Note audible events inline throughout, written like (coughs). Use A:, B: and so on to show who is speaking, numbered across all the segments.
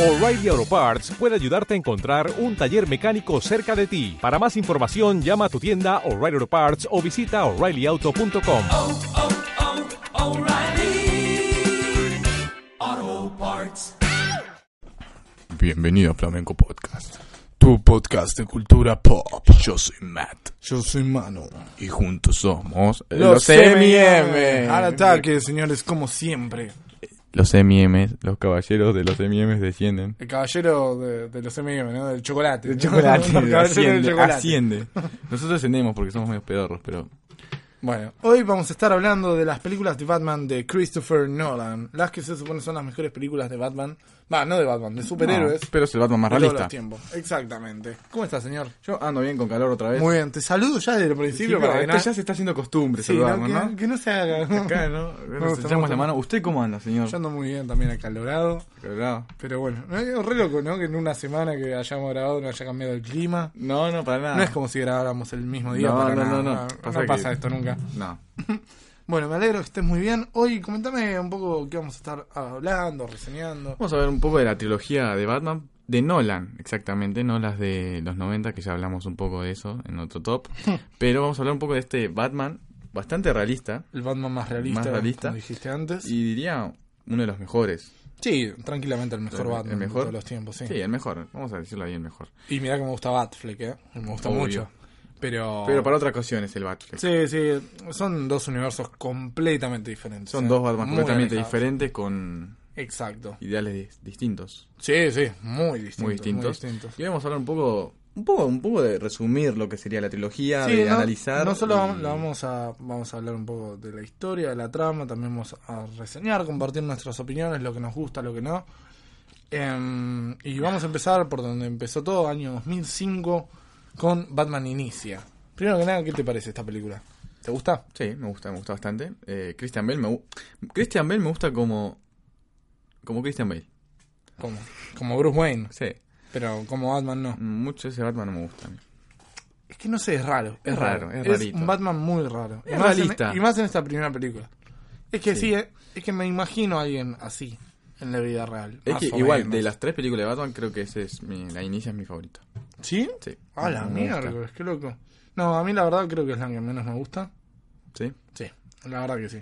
A: O'Reilly Auto Parts puede ayudarte a encontrar un taller mecánico cerca de ti. Para más información, llama a tu tienda O'Reilly Auto Parts o visita oreillyauto.com.
B: oh, oh, O'Reilly. Auto Parts.
C: Bienvenido a Flamenco Podcast, tu podcast de cultura pop. Yo soy Matt
D: Yo soy Manu.
C: y juntos somos
D: Al ataque, señores, como siempre.
C: Los M&M, los caballeros de los M&M
D: (laughs)
C: descienden.
D: El caballero de, de los MM, ¿no? Del chocolate. Del
C: Chocolate,
D: (laughs) el caballero del
C: asciende,
D: chocolate.
C: asciende. Nosotros ascendemos porque somos medio pedorros, pero
D: Bueno, hoy vamos a estar hablando de las películas de Batman de Christopher Nolan. Las que se supone son las mejores películas de Batman. Va, no de Batman, de
C: No,
D: superhéroes.
C: ah, pero es el Batman más
D: de todos
C: realista.
D: los tiempos. Exactamente. ¿Cómo está, señor?
C: Yo ando bien con calor otra vez.
D: Muy bien, te saludo ya desde el principio.
C: Esto
D: para que no-
C: ya se está haciendo costumbre
D: Sí,
C: saludarnos,
D: este no, que,
C: ¿no?
D: que no se haga.
C: Acá, ¿no? Nos
D: gusta,
C: echamos
D: me gusta.
C: la mano. ¿Usted cómo anda, señor?
D: Yo ando muy bien también acalorado.
C: Acalorado.
D: Pero bueno, es re loco, ¿no? Que en una semana que hayamos grabado no haya cambiado el clima.
C: No, no, para nada.
D: No es como si grabáramos el mismo día.
C: No,
D: para
C: no, no, no.
D: nada. No,
C: Pasa que-
D: pasa esto nunca.
C: No.
D: Bueno, me alegro que estés muy bien. Hoy comentame un poco qué vamos a estar hablando, reseñando.
C: Vamos a ver un poco de la trilogía de Batman de Nolan, exactamente, no las de los 90, que ya hablamos un poco de eso en otro
D: (laughs)
C: top. Pero vamos a hablar un poco de este Batman, bastante realista,
D: El Batman más realista,
C: Más realista.
D: como dijiste antes.
C: y diría uno de los mejores.
D: Sí, tranquilamente el mejor
C: ¿El
D: Batman
C: mejor?
D: de todos los tiempos, sí.
C: Sí, el mejor, vamos a decirlo ahí, el mejor.
D: Y mirá que me gusta Batfleck, ¿eh? Me gusta
C: Obvio.
D: mucho. Pero...
C: Pero para otra ocasión es el Batman.
D: Oh. Sí, sí, son dos universos completamente diferentes.
C: Son
D: ¿eh?
C: dos Batman
D: Muy
C: completamente
D: alejados.
C: diferentes con
D: Exacto.
C: ideales dis- distintos.
D: Sí, sí, muy distintos.
C: muy distintos.
D: distintos.
C: Y hoy vamos a hablar un poco, un poco, un poco de resumir lo que sería la trilogía,
D: Sí,
C: de
D: no,
C: analizar.
D: No solo
C: y-
D: vamos, la vamos a vamos a hablar un poco de la historia, de la trama, también vamos a reseñar, compartir nuestras opiniones, lo que nos gusta, lo que no. Em, y vamos a empezar por donde empezó todo, año 2005, con Batman Inicia. Primero que nada, ¿qué te parece esta película? ¿Te gusta?
C: Sí, me gusta, me gusta bastante. Eh, Christian Bale me gu- Christian Bale me gusta como como Christian Bale.
D: Como, como Bruce Wayne,
C: Sí,
D: pero como Batman no.
C: mucho ese Batman no me gusta. a mí.
D: Ah, Es que no sé, es raro.
C: Es raro, es rarito.
D: un Batman muy raro.
C: Es
D: Y más en- e-
C: realista.
D: y más en esta primera película. Es que sí, eh, es que me imagino a alguien así en la vida real.
C: Es
D: más
C: que
D: o
C: igual
D: menos.
C: de las tres películas de Batman creo que ese es mi la inicia es mi favorita.
D: ¿Sí?
C: Sí.
D: A la
C: Me gusta.
D: miércoles, qué loco. No, a mí la verdad creo que es la que menos me gusta.
C: Sí.
D: Sí, la verdad que sí.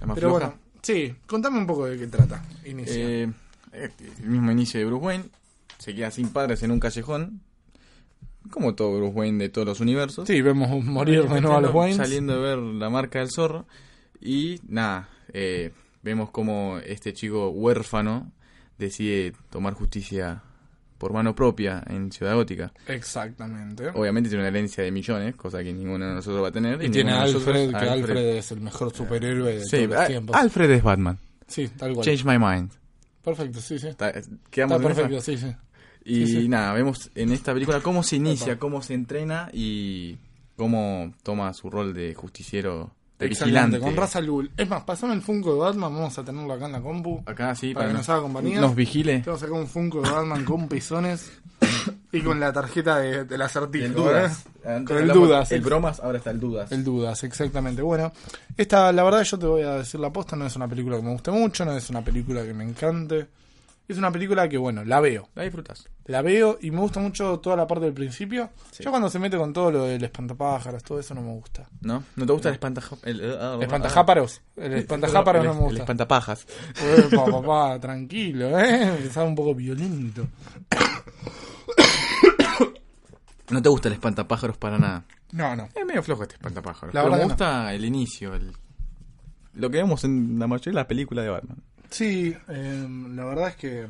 C: La más
D: Pero
C: floja.
D: bueno, sí, contame un poco de qué trata. Inicia.
C: Eh, eh, el mismo inicio de Bruce Wayne se queda sin padres en un callejón. Como todo Bruce Wayne de todos los universos.
D: sí, vemos morir de nuevo a los Waynes.
C: Saliendo de ver la marca del zorro. Y nada, eh, vemos como este chico huérfano decide tomar justicia por mano propia en Ciudad Gótica.
D: Exactamente.
C: Obviamente tiene una herencia de millones, cosa que ninguno de nosotros va a tener.
D: Y tiene
C: ninguno
D: a
C: de nosotros-
D: Alfred, que Alfred. es el mejor superhéroe de
C: Sí, ah,
D: todos los
C: Al-
D: tiempos.
C: Alfred es Batman.
D: sí, tal cual.
C: Change my mind.
D: Perfecto, sí, sí. Está,
C: Ta- quedamos en esa.
D: perfecto, sí, sí.
C: Y
D: Sí, sí.
C: nada, vemos en esta película cómo se inicia,
D: Epa.
C: cómo se entrena y cómo toma su rol de justiciero, de
D: Excelente,
C: vigilante.
D: con Ra's al Ghul. Es más, pasame el Funko de Batman, vamos a tenerlo acá en la compu.
C: Acá sí,
D: Para que nos haga compañía.
C: Nos vigile.
D: Te vamos a sacar un Funko de Batman con pezones y con la tarjeta de, del acertijo.
C: El
D: Dudas.
C: Dudas. Antes
D: Con el
C: hablamos-
D: Dudas.
C: El Bromas, ahora está el Dudas.
D: El Dudas, exactamente. Bueno, esta, la verdad, yo te voy a decir la posta, no es una película que me guste mucho, no es una película que me encante. Es una película que, bueno, la veo.
C: La disfrutas.
D: La veo y me gusta mucho toda la parte del principio.
C: Sí.
D: Yo cuando se mete con todo lo del espantapájaros, todo eso no me gusta.
C: ¿No? ¿No te gusta el espantajáparos? El, eh, ah,
D: El espantajáparos. El espantajáparos
C: el-
D: no me
C: El
D: gusta.
C: espantapajas.
D: Epa, papá, tranquilo, ¿eh? Empezaba un poco violento.
C: No te gusta el espantapájaros para nada.
D: No, no.
C: Es medio flojo este espantapájaros.
D: La
C: pero me
D: verdad que
C: gusta el inicio, el... Lo que vemos en la mayoría de las películas de Batman.
D: Sí, eh, la verdad es que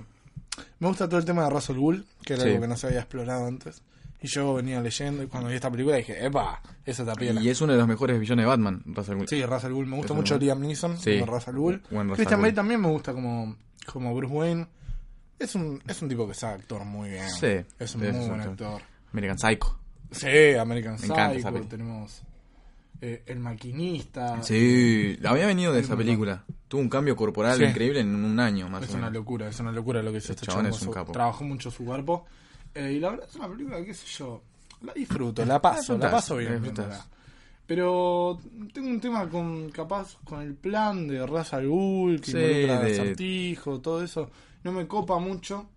D: me gusta todo el tema de Russell Bull, que era
C: Sí.
D: algo que no se había explorado antes. Y yo venía leyendo y cuando vi esta película dije, ¡epa! Esa tapiola.
C: Y es uno de los mejores villanos de Batman, Russell Wilson.
D: Sí, Russell Bull. Me gusta
C: Russell
D: mucho
C: Bull.
D: Liam Neeson
C: Sí.
D: como Russell Bull.
C: Buen Russell
D: Christian
C: Bull.
D: Bale también me gusta como, como Bruce Wayne. Es un, es un tipo que sabe actuar muy bien.
C: Sí,
D: Es un
C: es
D: muy
C: un
D: buen
C: actor.
D: actor.
C: American Psycho.
D: Sí, American
C: Me encanta esa
D: Psycho.
C: peli.
D: Tenemos eh, El Maquinista.
C: Ah, Sí, había venido de
D: Es
C: esa
D: muy
C: película. Tuvo un cambio corporal
D: Sí.
C: increíble en un año más
D: Es
C: o
D: una
C: menos.
D: locura, es una locura lo que hizo
C: El
D: este
C: chabón
D: chabón.
C: es un
D: su-
C: capo.
D: Trabajó mucho su cuerpo. Eh, y la verdad es una película, qué sé yo, la disfruto, la paso, la,
C: disfrutás,
D: paso
C: la
D: bien.
C: disfrutás.
D: viéndola. Pero tengo un tema con capaz con el plan de Ra's al Ghul, que
C: Sí,
D: involucra al
C: de-
D: acertijo, todo eso. No me copa mucho.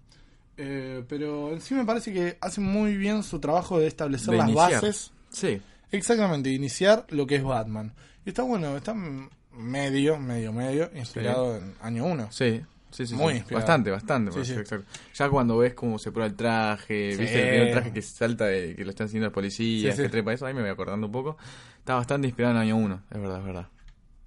D: Eh, pero en sí me parece que hacen muy bien su trabajo de establecer
C: De
D: las
C: iniciar.
D: bases.
C: Sí,
D: Exactamente, iniciar lo que es Batman. Y está bueno, está m- medio, medio, medio, inspirado en año 1.
C: sí. Sí, sí,
D: Muy
C: sí.
D: inspirado.
C: Bastante, bastante.
D: Sí, sí.
C: exacto. Ya cuando ves cómo se prueba el traje,
D: Sí.
C: viste el primer traje que salta, de, que lo están siguiendo la policía,
D: Sí, sí.
C: que trepa eso, ahí me voy acordando un poco. Está bastante inspirado en año 1, es verdad, es verdad.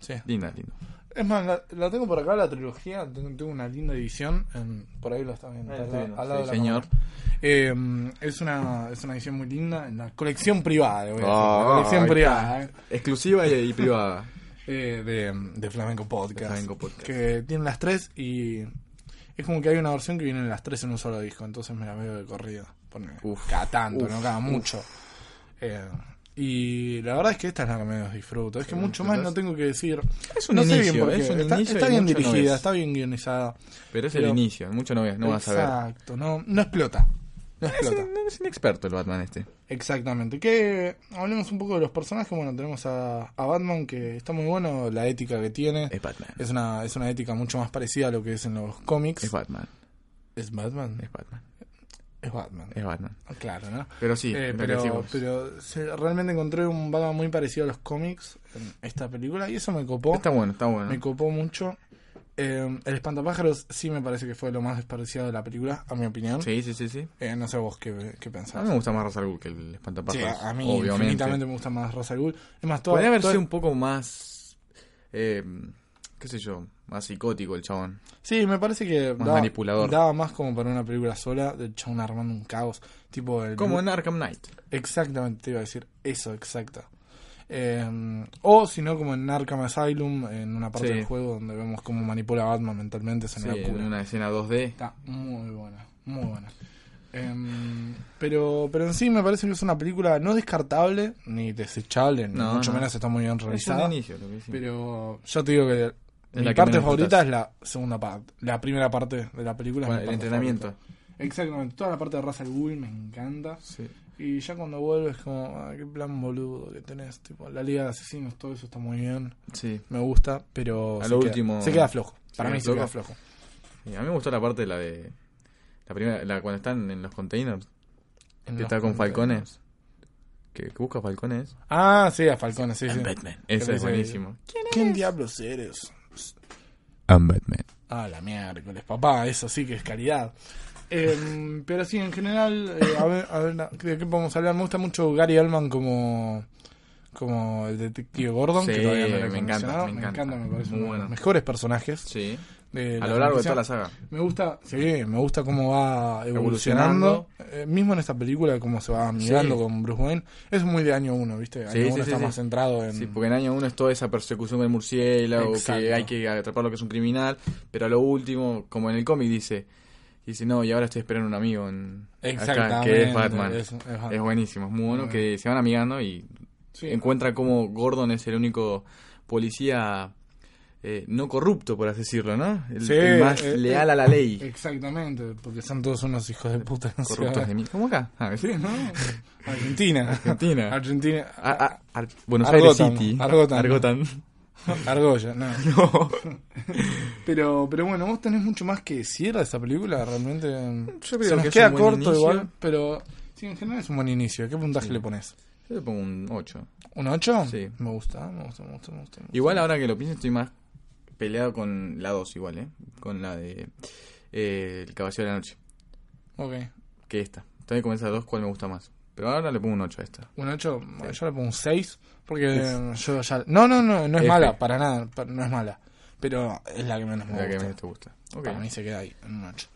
D: Sí.
C: Linda, lindo.
D: Es más, la, la tengo por acá, la trilogía, tengo, tengo una linda edición, en- por ahí lo está viendo,
C: Ahí
D: al,
C: lo está viendo,
D: al lado
C: sí,
D: de la
C: señor.
D: cámara. Eh, es, una, es una edición muy linda, en la colección privada, le voy a decir,
C: Ah,
D: la colección
C: ahí está.
D: privada. eh.
C: Exclusiva y, y privada.
D: Eh, de, de Flamenco Podcast.
C: De Flamenco Podcast.
D: Que tiene las tres y es como que hay una versión que vienen las tres en un solo disco, entonces me la veo de corrido. Ponele.
C: Uf,
D: cada tanto,
C: uf,
D: no cada mucho. Eh, y la verdad es que esta es la que menos disfruto. Es que mucho más no
C: ¿entendés?
D: tengo que decir.
C: Es un
D: no
C: inicio,
D: por qué.
C: es un
D: está,
C: inicio
D: está
C: y
D: bien
C: mucho no
D: dirigida,
C: ves.
D: está bien guionizada.
C: Pero es el
D: Pero-
C: inicio, mucho no ves, no vas a ver.
D: Exacto, no, no explota. No
C: Es (laughs)
D: explota.
C: un, es un experto el Batman este.
D: Exactamente. Que hablemos un poco de los personajes. Bueno, tenemos a, a Batman, que está muy bueno la ética que tiene.
C: Es Batman.
D: Es una, es una ética mucho más parecida a lo que es en los cómics.
C: Es Batman.
D: ¿Es Batman.
C: Es Batman.
D: Es Batman.
C: Es Batman.
D: Ah, Claro, ¿no?
C: Pero sí,
D: Eh,
C: lo que
D: pero
C: decimos.
D: pero se- realmente encontré un Batman muy parecido a los cómics en esta película y eso me copó.
C: Está bueno, está bueno.
D: Me copó mucho. Eh, el espantapájaros sí me parece que fue lo más despreciado de la película, a mi opinión.
C: Sí, sí, sí, sí.
D: Eh, no sé vos qué, qué
C: A
D: pensás.
C: mí me gusta más Ra's al Ghul que el
D: Sí,
C: Espantapájaros.
D: a a mí
C: obviamente.
D: infinitamente me gusta más Ra's al Ghul. Es más, toda,
C: Podría haber
D: toda-
C: sido un poco más. Eh, qué sé yo, más psicótico el chabón.
D: Sí, me parece que
C: Más manipulador.
D: daba más como para una película sola del chabón armando un caos. Tipo el
C: Como en Arkham Knight.
D: Exactamente, te iba a decir eso, exacto. Eh, o si no, como en Arkham Asylum, en una parte
C: Sí.
D: del juego donde vemos cómo manipula a Batman mentalmente, es
C: Sí,
D: una locura.
C: en una escena 2D.
D: Está muy buena, muy buena. Eh, pero, pero en sí me parece que es una película no descartable, ni desechable, ni
C: No,
D: mucho
C: no.
D: menos está muy bien
C: Es un
D: realizada.
C: inicio, lo que decimos.
D: Pero yo te digo que mi
C: la que
D: parte
C: menos
D: favorita
C: disfrutás.
D: es la segunda parte, la primera parte de la película. es
C: Bueno,
D: mi
C: el
D: parte
C: entrenamiento.
D: favorita. Exactamente, toda la parte de Ra's al Ghul me encanta.
C: Sí.
D: Y ya cuando vuelves, como, ah, qué plan boludo que tenés. Tipo, la Liga de Asesinos, todo eso está muy bien.
C: sí.
D: Me gusta, pero.
C: A
D: se
C: lo
D: queda-
C: último-
D: Se queda flojo.
C: ¿Se
D: Para
C: queda
D: mí se queda
C: flojo?
D: flojo.
C: Sí, A mí me gustó la parte de la de. La primera, la cuando están en los containers.
D: En
C: que
D: los
C: está con
D: containers.
C: Falcones. Que, que busca Falcones.
D: Ah, sí, a Falcones, sí, sí.
C: Batman. Ese es
D: Ese-
C: buenísimo.
D: ¿Quién diablos eres?
C: I'm Batman.
D: Ah, la miércoles, papá, eso sí que es calidad. Em, (laughs) pero sí, en general, eh, a ver, a ver, na- ¿de qué podemos hablar? Me gusta mucho Gary Oldman como, como el detective Gordon,
C: Sí,
D: que todavía no lo he
C: me encanta,
D: mencionado.
C: me
D: me
C: encanta.
D: encanta, me parece
C: Muy
D: uno de los
C: bueno.
D: mejores personajes.
C: Sí.
D: de
C: A lo largo de
D: franquicia.
C: toda la saga.
D: Me gusta, sí, me gusta cómo va evolucionando. Eh, mismo en esta película, cómo se va mirando
C: Sí.
D: con Bruce Wayne. Es muy de año uno, ¿viste? Año
C: Sí, sí,
D: uno
C: sí,
D: está
C: sí.
D: más centrado en.
C: Sí, porque en año uno es toda esa persecución del murciélago,
D: Mm. Exacto.
C: que hay que atrapar lo que es un criminal, pero a lo último, como en el cómic dice, dice, no, y ahora estoy esperando un amigo en, acá, que es Batman. Es,
D: Es, es Batman.
C: buenísimo, es muy bueno,
D: Muy
C: que se van amigando y
D: Sí.
C: encuentra como Gordon es el único policía eh, no corrupto, por así decirlo, ¿no? El,
D: Sí,
C: el más
D: eh,
C: leal
D: eh,
C: a la ley.
D: Exactamente, porque son todos unos hijos de puta. en
C: Corruptos
D: Ciudad-
C: de
D: (laughs)
C: mí. ¿Cómo acá? Ah, ¿sí?
D: Sí, ¿no? Argentina.
C: Argentina.
D: Argentina.
C: Ah, ah, Ar- Buenos
D: Argotan,
C: Aires City.
D: Argotan. (laughs)
C: Argotan. (laughs) ah.
D: Argolla, no.
C: No.
D: Pero, pero bueno, vos tenés mucho más que decir de esta película, realmente.
C: Yo creo
D: Se nos
C: que es
D: queda
C: un buen
D: corto
C: inicio.
D: igual, pero sí, en general es un buen inicio. ¿Qué puntaje le pones?
C: Yo le pongo un 8.
D: ¿Un 8?
C: Sí.
D: Me gusta, me gusta, me gusta, me gusta. me gusta.
C: Igual ahora que lo pienso estoy más peleado con la 2 igual, ¿eh? Con la de eh, El Caballero de la Noche,
D: Ok.
C: que esta. También con esa 2 cuál me gusta más. Pero ahora le pongo un 8 a esta.
D: Un 8, yo le pongo un 6. Porque yo ya. No, no, no, no es
C: F.
D: mala, para nada, pa- no es mala. Pero es la que menos me
C: La que
D: gusta.
C: menos te gusta. Ok.
D: Para mí se queda ahí, en un 8.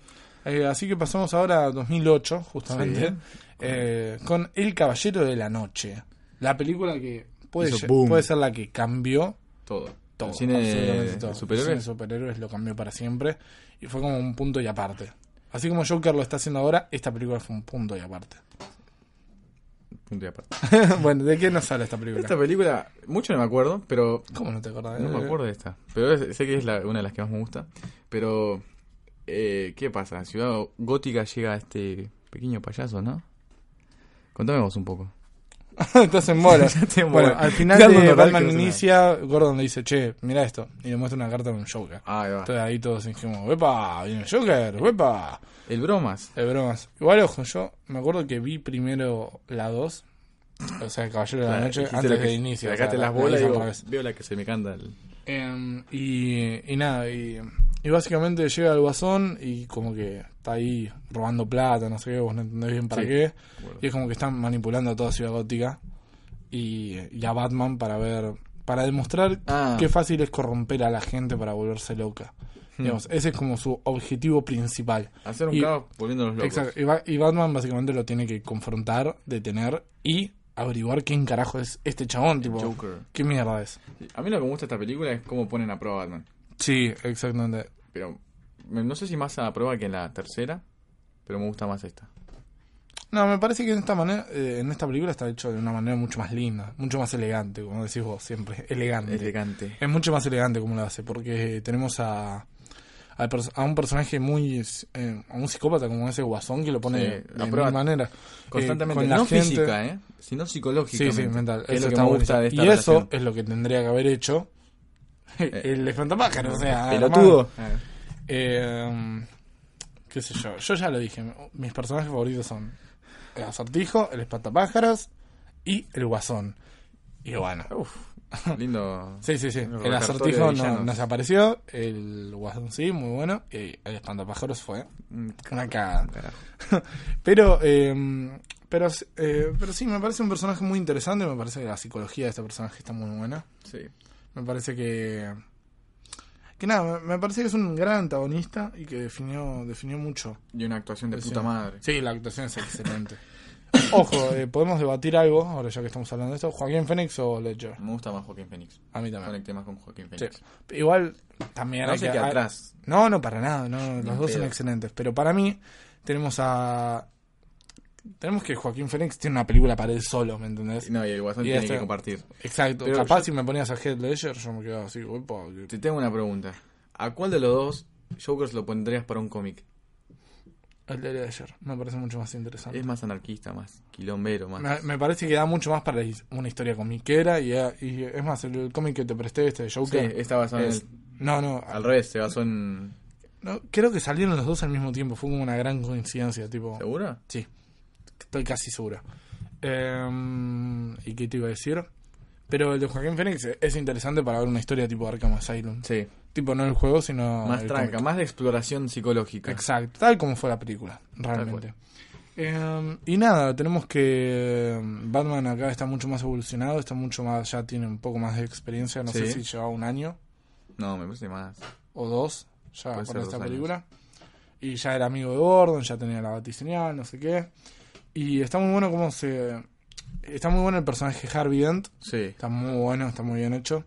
D: Eh, así que pasamos ahora a 2008, justamente,
C: Sí.
D: eh, con El Caballero de la Noche. La película que puede,
C: Hizo
D: lle-
C: boom.
D: puede ser la que cambió
C: Todo.
D: todo.
C: El cine
D: absolutamente todo.
C: de
D: El cine de
C: superhéroes.
D: superhéroes lo cambió para siempre y fue como un punto y aparte. Así como Joker lo está haciendo ahora, esta película fue un punto y aparte. (laughs)
C: Punto y aparte.
D: bueno, ¿de qué nos habla esta película?
C: Esta película, mucho no me acuerdo, pero
D: ¿Cómo no te acordás? Eh,
C: No me
D: (laughs)
C: acuerdo de esta. Pero es- sé que es la- una de las que más me gusta. Pero, eh, ¿qué pasa? En Ciudad Gótica llega este pequeño payaso, ¿no? Contame vos un poco.
D: Estás
C: (laughs)
D: en bola.
C: Estás en
D: bueno,
C: bola.
D: al final
C: Dando
D: de
C: un
D: Batman
C: horario,
D: Inicia, Gordon le dice, che, mira esto. Y le muestra una carta de un Joker.
C: Ahí va.
D: Entonces ahí todos dijimos, ¡wepa! Viene el Joker, ¡wepa!
C: El bromas.
D: Es bromas. Igual, ojo, yo me acuerdo que vi primero la 2, o sea, el Caballero de la
C: Ah,
D: Noche,
C: dijiste la
D: antes
C: que-
D: de inicio. o sea,
C: sacaste
D: la-
C: las
D: la
C: bolas y
D: hice
C: digo,
D: al revés.
C: veo la que se me canta. el-
D: Em, y, y nada, y, y básicamente llega el guasón y como que está ahí robando plata, no sé qué, vos no entendés bien para
C: Sí,
D: qué.
C: acuerdo.
D: Y es como que están manipulando a toda Ciudad Gótica y, y a Batman para ver, para demostrar
C: Ah.
D: qué fácil es corromper a la gente para volverse loca.
C: Hmm.
D: Digamos, ese es como su objetivo principal.
C: Hacer un
D: Y-
C: caos volviéndolos locos.
D: Exacto. Y, Ba- y Batman básicamente lo tiene que confrontar, detener y averiguar quién carajo es este chabón, tipo,
C: Joker.
D: qué mierda es.
C: A mí lo que me gusta de esta película es cómo ponen a prueba a Batman.
D: Sí, exactamente.
C: Pero me- no sé si más a prueba que en la tercera, pero me gusta más esta.
D: No, me parece que en esta manera, eh, en esta película está hecho de una manera mucho más linda, mucho más elegante, como decís vos siempre, (laughs) elegante.
C: Elegante.
D: Es mucho más elegante como lo hace, porque tenemos a al pers- a un personaje muy eh, a un psicópata como ese guasón que lo pone
C: Sí,
D: de
C: la
D: mil
C: prueba
D: maneras.
C: Constantemente,
D: Eh, con la
C: no
D: gente-
C: física, ¿eh? sino
D: Sí,
C: psicológica.
D: sí, mental.
C: Es
D: Eso
C: lo que
D: está
C: me gusta
D: buenísimo.
C: de esta
D: Y eso
C: relación. Eh.
D: es lo que tendría que haber hecho
C: (laughs)
D: el espantapájaro, o sea, hermano.
C: Pelotudo. Ah,
D: Eh, qué sé yo, yo ya lo dije, mis personajes favoritos son el acertijo, el espantapájaros y el guasón. Y bueno,
C: Eh, (laughs) Lindo.
D: sí, sí, sí,
C: Los
D: el
C: repertorio
D: acertijo
C: de
D: no,
C: villanos.
D: nos apareció, el guasón sí, muy bueno, y el espantapájaros fue
C: Mm,
D: una cagada.
C: carajo.
D: (laughs) Pero, eh, pero, eh, pero sí, me parece un personaje muy interesante, me parece que la psicología de este personaje está muy buena.
C: Sí.
D: Me parece que. Que nada, me me parece que es un gran antagonista y que definió, definió mucho.
C: Y una actuación de
D: Sí.
C: puta madre.
D: Sí, la actuación es excelente. (coughs) Ojo, eh, podemos debatir algo, ahora ya que estamos hablando de esto. ¿Joaquín Phoenix o Ledger?
C: Me gusta más Joaquín Phoenix.
D: A mí también.
C: Conecté más con Joaquín
D: Sí.
C: Phoenix.
D: Igual, también
C: No
D: hay
C: sé
D: que-
C: qué
D: hay-
C: atrás.
D: No, no, para nada. No, los dos son
C: pedo.
D: excelentes. Pero para mí, tenemos a. Tenemos que Joaquín Phoenix tiene una película para él solo, ¿me entendés?
C: No, y el guasón
D: Y
C: tiene
D: este-
C: que compartir.
D: Exacto.
C: Pero
D: Capaz
C: yo-
D: si me ponías a Head Ledger, yo me quedaba así, "Upa, qué
C: Te tengo una pregunta. ¿A cuál de los dos Jokers lo pondrías para un cómic?
D: El de ayer me parece mucho más interesante.
C: Es más anarquista, más quilombero, más.
D: Me, me parece que da mucho más para his- una historia comiquera y, da- y es más, el, cómic que te presté, este de
C: Sí,
D: Joker.
C: está basado
D: es-
C: en
D: no, no,
C: el- Al revés, se basó en.
D: no, creo que salieron los dos al mismo tiempo, fue como una gran coincidencia, tipo.
C: ¿Seguro?
D: Sí, estoy casi seguro. Em, ¿Y qué te iba a decir? Pero el de Joaquín Phoenix es interesante para ver una historia tipo Arkham Asylum.
C: Sí.
D: Tipo, no el juego, sino.
C: más
D: el
C: tranca,
D: cómic.
C: más de exploración psicológica.
D: Exacto, tal como fue la película,
C: cual.
D: realmente. Eh, y nada, tenemos que eh, Batman acá está mucho más evolucionado, está mucho más, ya tiene un poco más de experiencia, no sé si
C: Sí.
D: lleva un año
C: No, me parece más.
D: o dos ya
C: Puede
D: con
C: ser
D: esta
C: dos años.
D: película. Y ya era amigo de Gordon, ya tenía la batiseñal, no sé qué. Y está muy bueno cómo se... Está muy bueno el personaje Harvey Dent,
C: Sí.
D: Está muy bueno, está muy bien hecho.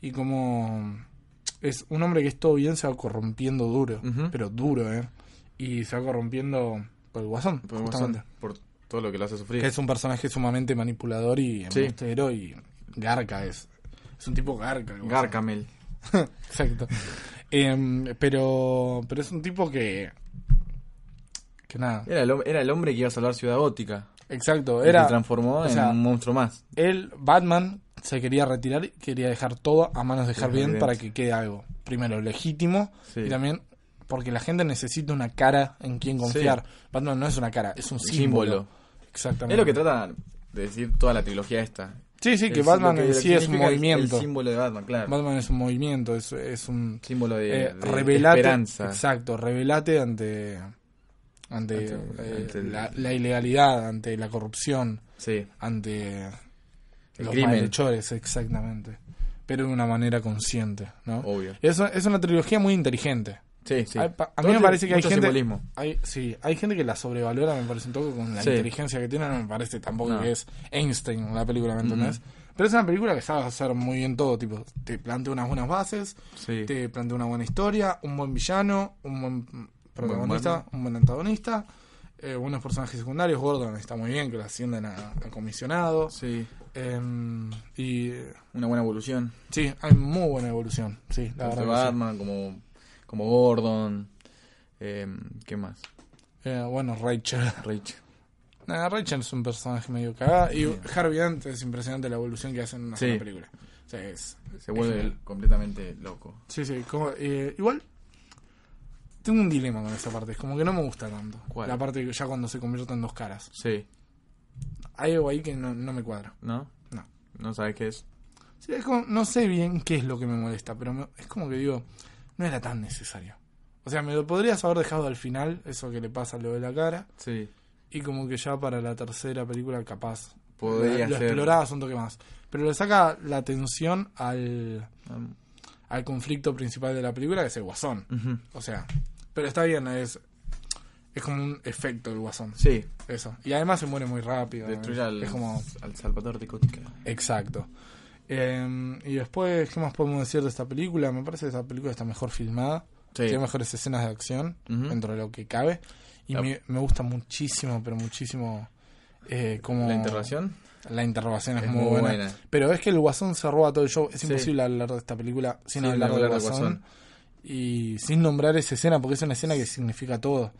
D: Y como es un hombre que es todo bien, se va corrompiendo duro,
C: Ujú.
D: pero duro, ¿eh? Y se va corrompiendo por el guasón,
C: Por,
D: justamente.
C: por todo lo que lo hace sufrir.
D: Que es un personaje sumamente manipulador y
C: Sí.
D: embustero y garca es. Es un tipo garca. el Guasón.
C: Gargamel.
D: Exacto. Em, pero, pero es un tipo que... Que nada.
C: Era el, hom- era el hombre que iba a salvar Ciudad Gótica.
D: Exacto.
C: Y
D: Era
C: se transformó
D: o
C: en
D: sea,
C: un monstruo más.
D: él, Batman, se quería retirar y quería dejar todo a manos de Harvey Dent
C: Dent.
D: para que quede algo. Primero, legítimo
C: Sí.
D: y también porque la gente necesita una cara en quien confiar. Batman no es una cara, es un símbolo.
C: símbolo.
D: Exactamente.
C: Es lo que trata de decir toda la trilogía esta.
D: Sí, sí, que
C: El-
D: Batman
C: lo que-
D: en
C: lo
D: sí
C: que
D: es un
C: significa el-
D: movimiento.
C: El símbolo de Batman, claro.
D: Batman es un movimiento, es, es un...
C: símbolo de,
D: eh,
C: de
D: revelate,
C: esperanza.
D: Exacto, revelate ante... Ante,
C: Ante-
D: eh,
C: ante el-
D: la, la ilegalidad, ante la corrupción,
C: Sí.
D: ante
C: El
D: los
C: crimen.
D: malhechores, exactamente. Pero de una manera consciente, ¿no?
C: Obvio.
D: Es, es una trilogía muy inteligente.
C: Sí, sí.
D: Ay, pa-
C: Todo
D: A, mí me
C: tiene
D: parece que hay
C: mucho
D: gente.
C: simbolismo.
D: Hay, sí, hay gente que la sobrevalora, me parece un poco con la
C: Sí.
D: inteligencia que tiene. No me parece tampoco
C: No.
D: que es Einstein la película, ¿me entendés? Pero es una película que sabe hacer muy bien todo. Tipo, te plantea unas buenas bases,
C: Sí.
D: te plantea una buena historia, un buen villano, un buen protagonista,
C: Batman.
D: un buen antagonista, eh, buenos personajes secundarios. Gordon está muy bien que lo ascienden a, a comisionado.
C: Sí.
D: Em, y eh,
C: Una buena evolución.
D: sí, hay muy buena evolución. Sí, la
C: Tanto
D: verdad. que sí.
C: Batman como, como Gordon. Eh, ¿Qué más?
D: Eh, bueno, Rachel. (laughs)
C: Rich.
D: Nada, Rachel es un personaje medio cagado. Y Harvey Dent es impresionante la evolución que hace en una
C: Sí.
D: sola película. O sea, es-
C: Se vuelve completamente loco.
D: Sí, sí. como- eh, igual, tengo un dilema con esa parte. Es como que no me gusta tanto.
C: ¿Cuál?
D: La parte que ya cuando se convierte en dos caras.
C: Sí,
D: Hay algo ahí que no, no me cuadra.
C: ¿no?
D: No.
C: No sabes qué es.
D: Sí, es como- no sé bien qué es lo que me molesta, pero me- es como que digo, no era tan necesario. O sea, me lo podrías haber dejado al final, eso que le pasa a lo de la cara,
C: Sí.
D: y como que ya para la tercera película capaz
C: Podría
D: lo
C: ser.
D: explorabas un toque más. Pero le saca la atención al,
C: Um,
D: al conflicto principal de la película, que es el guasón.
C: ujú.
D: O sea, pero está bien, es, es como un efecto el guasón.
C: Sí,
D: Eso. Y además se muere muy rápido.
C: destruye
D: es-
C: al,
D: es como
C: al Salvador de Cotica.
D: Exacto. Eh, y después, ¿qué más podemos decir de esta película? Me parece que esta película está mejor filmada.
C: Sí.
D: Tiene mejores escenas de acción
C: Ujú.
D: dentro de lo que cabe. Y
C: La-
D: me, me gusta muchísimo, pero muchísimo. eh, como
C: ¿La interrogación?
D: La interrogación es,
C: Es
D: muy,
C: muy
D: buena.
C: buena.
D: Pero es que el guasón se roba todo el show. Es
C: Sí.
D: imposible hablar de esta película sin,
C: Sin
D: hablar, del
C: hablar del
D: guasón,
C: Guasón.
D: Y sin nombrar esa escena, porque es una escena que significa todo.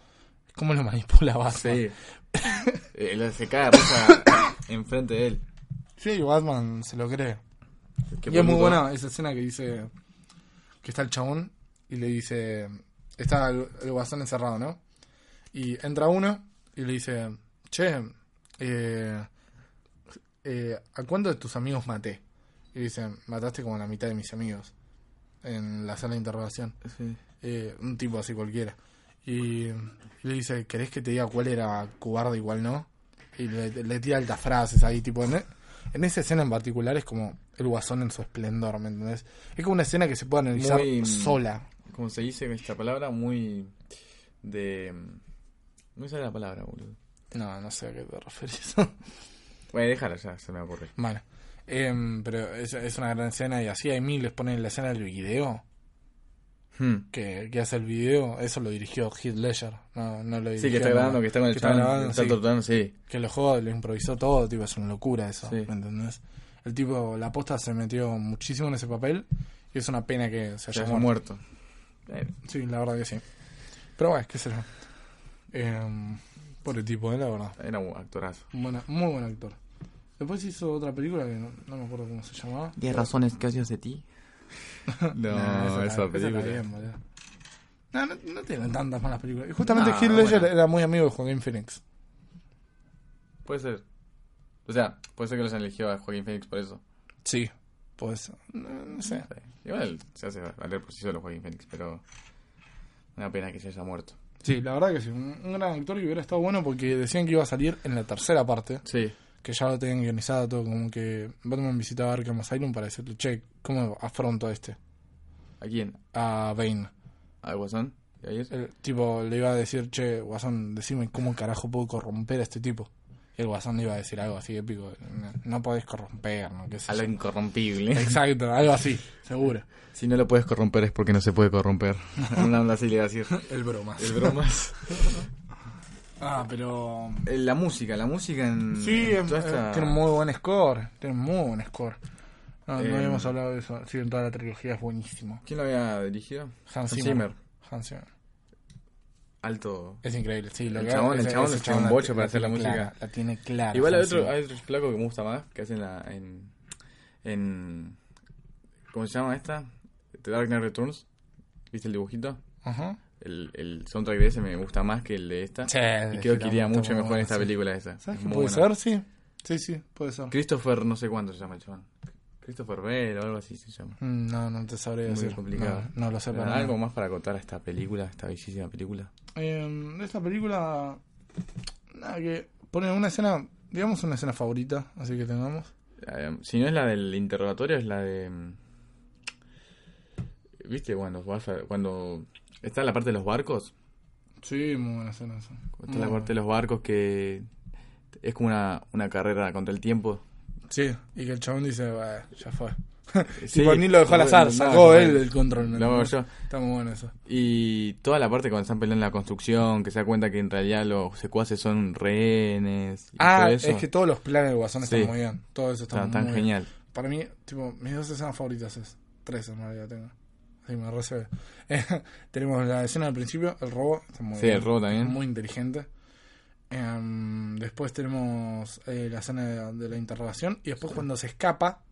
D: Es como lo manipula Batman.
C: Sí.
D: (laughs)
C: Eh, la- se cae de risa enfrente de él.
D: sí, Batman se lo cree.
C: Qué
D: y es muy
C: boludo.
D: buena esa escena que dice que está el chabón y le dice está el, el guasón encerrado, ¿no? Y entra uno y le dice, che, eh, eh, ¿a cuántos de tus amigos maté? Y dice, mataste como a la mitad de mis amigos en la sala de interrogación.
C: Sí.
D: Eh, un tipo así cualquiera. Y, y le dice, ¿querés que te diga cuál era cobarde y cuál no? Y le, le tira altas frases ahí, tipo, en, en esa escena en particular es como el guasón en su esplendor, ¿me entendés? Es como una escena que se puede analizar
C: Muy- mm,
D: sola.
C: Como se dice esta palabra, muy. de. No sale la palabra, boludo.
D: No, no sé a qué te (laughs) referís.
C: Bueno, déjala ya, se me ocurre.
D: bueno, em, pero es, es una gran escena y así hay miles, ponen la escena del video.
C: Hmm.
D: Que, que hace el video, eso lo dirigió Heath Ledger, no, no lo
C: Sí,
D: dirigió
C: que está
D: no.
C: grabando, que está con el
D: Que está
C: chabón,
D: grabando,
C: que está
D: sí.
C: torturando, sí.
D: que lo jugó, lo improvisó todo, tipo, es una locura eso,
C: Sí.
D: ¿me entendés? El tipo, la posta se metió muchísimo en ese papel y es una pena que se
C: Se
D: haya
C: haya
D: muerto.
C: muerto. Eh,
D: Sí, la verdad que sí. Pero bueno, qué sé yo. Eh, pobre tipo, ¿eh? la verdad.
C: Era un actorazo.
D: Buena- muy buen actor. Después hizo otra película que no, no me acuerdo cómo se llamaba.
E: 10 razones que odias
D: (laughs)
E: de ti.
C: No,
D: Nah,
C: esa,
D: está- está
C: película.
D: bien, boludo. no, no, no tienen tantas malas películas. Y Justamente
C: No,
D: Heath Ledger
C: bueno.
D: era muy amigo de Joaquín Phoenix.
C: Puede ser. O sea, puede ser que lo hayan elegido a Joaquín Phoenix por eso.
D: Sí. Pues, no, no sé.
C: Sí. Igual se hace valer por sí solo Joaquín Phoenix, pero. Una pena que se haya muerto.
D: Sí, la verdad que sí. Un, un gran actor y hubiera estado bueno porque decían que iba a salir en la tercera parte,
C: Sí.
D: que ya lo tenían guionizado todo, como que Batman visitaba Arkham Asylum para decirle, che, ¿cómo afronto a este?
C: ¿A quién?
D: A Bane.
C: ¿A Guasón? ¿Y ayer?
D: El tipo le iba a decir, che, Guasón, decime cómo carajo puedo corromper a este tipo. Y el Guasón le iba a decir algo así épico, no, no podés corromper, ¿no? ¿Qué sé
C: A lo
D: yo.
C: incorrompible.
D: Exacto, algo así, seguro.
C: Si no lo puedes corromper es porque no se puede (laughs) corromper. Una onda así le iba a decir.
D: El bromas.
C: El bromas.
D: Ah, pero...
C: (laughs) Eh, La música, la música en.
D: Sí,
C: en
D: es-
C: toda esta-
D: eh, tiene muy buen score. Tiene muy buen score. No,
C: Eh,
D: no habíamos hablado de eso. Sí, en toda la trilogía es buenísimo.
C: ¿Quién lo había dirigido?
D: Hans Zimmer. Hans Zimmer.
C: Alto.
D: Es increíble, sí. Lo
C: El
D: que-
C: chabón- el
D: ese-
C: chabón
D: ese
C: le tiene un bocho para hacer la
D: tiene
C: música.
D: clara, la tiene clara.
C: Igual hay
D: Hans
C: otro,
D: Zimmer.
C: hay otro flaco que me gusta más, que hacen la. en. en ¿Cómo se llama esta? The Dark Knight Returns. ¿Viste el dibujito?
D: Ajá.
C: El, el soundtrack de ese me gusta más que el de esta.
D: Sí,
C: y creo que iría
D: está
C: mucho mejor
D: muy
C: en
D: bueno,
C: esta
D: sí.
C: película esa.
D: ¿Sabes
C: Es
D: qué
C: muy
D: puede
C: buena.
D: ser? Sí. Sí, sí, puede ser.
C: Christopher, no sé cuánto se llama el chabón. Christopher Bell o algo así se llama.
D: Mm, No, no te sabré
C: Muy
D: decir.
C: complicado.
D: No, no lo sé. para
C: ¿Algo
D: nada.
C: más para acotar a esta película, esta bellísima película?
D: Eh, esta película. Nada, que. Pone una escena. Digamos una escena favorita, así que tengamos.
C: Eh, si no es la del interrogatorio, es la de. mm, ¿Viste cuando vas a- cuando está la parte de los barcos?
D: Sí, muy buena escena esa.
C: Está
D: Muy
C: la parte de los barcos que es como una, una carrera contra el tiempo.
D: Sí, y que el chabón dice, "Bah, ya fue.
C: Sí,
D: tipo, ni lo dejó al
C: no,
D: azar,
C: no,
D: sacó
C: no,
D: él
C: no.
D: el control. ¿me
C: Lo hago
D: entendés?
C: yo.
D: Está muy bueno eso.
C: Y toda la parte cuando están peleando en la construcción, que se da cuenta que en realidad los secuaces son rehenes. y
D: Ah,
C: todo
D: es
C: eso.
D: que todos los planes del Guasón
C: Sí.
D: están muy bien. Todo eso está,
C: Está
D: muy
C: tan
D: bien.
C: genial.
D: Para mí, tipo, mis dos escenas favoritas es. Tres en realidad tengo. Así me (laughs) recibe. tenemos la escena del principio, el robo. Está muy
C: Sí,
D: bien.
C: el robo también.
D: Muy inteligente. Em, después tenemos eh, la escena de, de la interrogación. Y después cuando se escapa,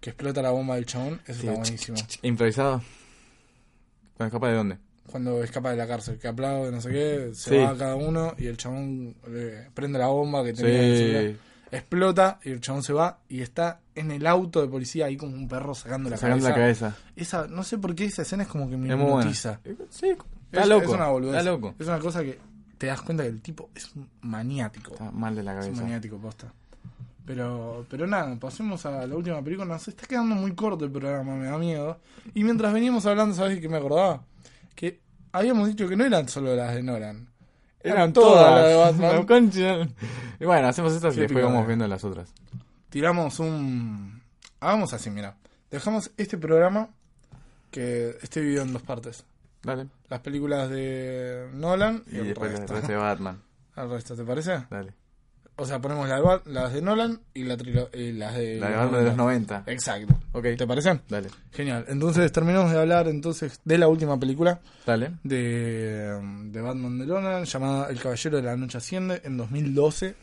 D: que explota la bomba del chabón, eso está buenísimo.
C: Improvisado. ¿Con escapa de dónde?
D: Cuando escapa de la cárcel, que aplaude, no sé qué, se
C: Sí.
D: va cada uno y el chabón eh, prende la bomba que tenía en el celular.
C: Sí.
D: Explota y el chabón se va y está en el auto de policía ahí como un perro sacando la,
C: Sacando
D: cabeza.
C: la cabeza.
D: Esa, no sé por qué esa escena es como que me
C: Es muy buena.
D: hipnotiza.
C: Sí, está
D: es,
C: loco.
D: es una boludez.
C: Está loco.
D: Es una cosa que te das cuenta que el tipo es un maniático.
C: Está mal de la
D: Es un
C: cabeza.
D: maniático, posta. Pero, pero nada, pasemos a la última película. Nos está quedando muy corto el programa, me da miedo. Y mientras veníamos hablando, ¿sabes que me acordaba? Que habíamos dicho que no eran solo las de Nolan. Eran todas las
C: (laughs)
D: de
C: La
D: Batman.
C: concha. Y bueno, hacemos estas y
D: Qué
C: después
D: picada.
C: vamos viendo las otras.
D: Tiramos un... Hagamos así, mira. Dejamos este programa, que este video en dos partes.
C: Dale.
D: Las películas de Nolan y,
C: Y
D: el
C: después las
D: resto.
C: las de Batman.
D: Al resto, ¿te parece?
C: Dale.
D: O sea, ponemos la de Bat- las de Nolan y, la trilo- y las de...
C: La de Batman de los 90.
D: Exacto.
C: Ok.
D: ¿Te parecen?
C: Dale.
D: Genial. Entonces terminamos de hablar entonces de la última película
C: Dale.
D: de, de Batman de Nolan llamada El Caballero de la Noche Asciende en 2012.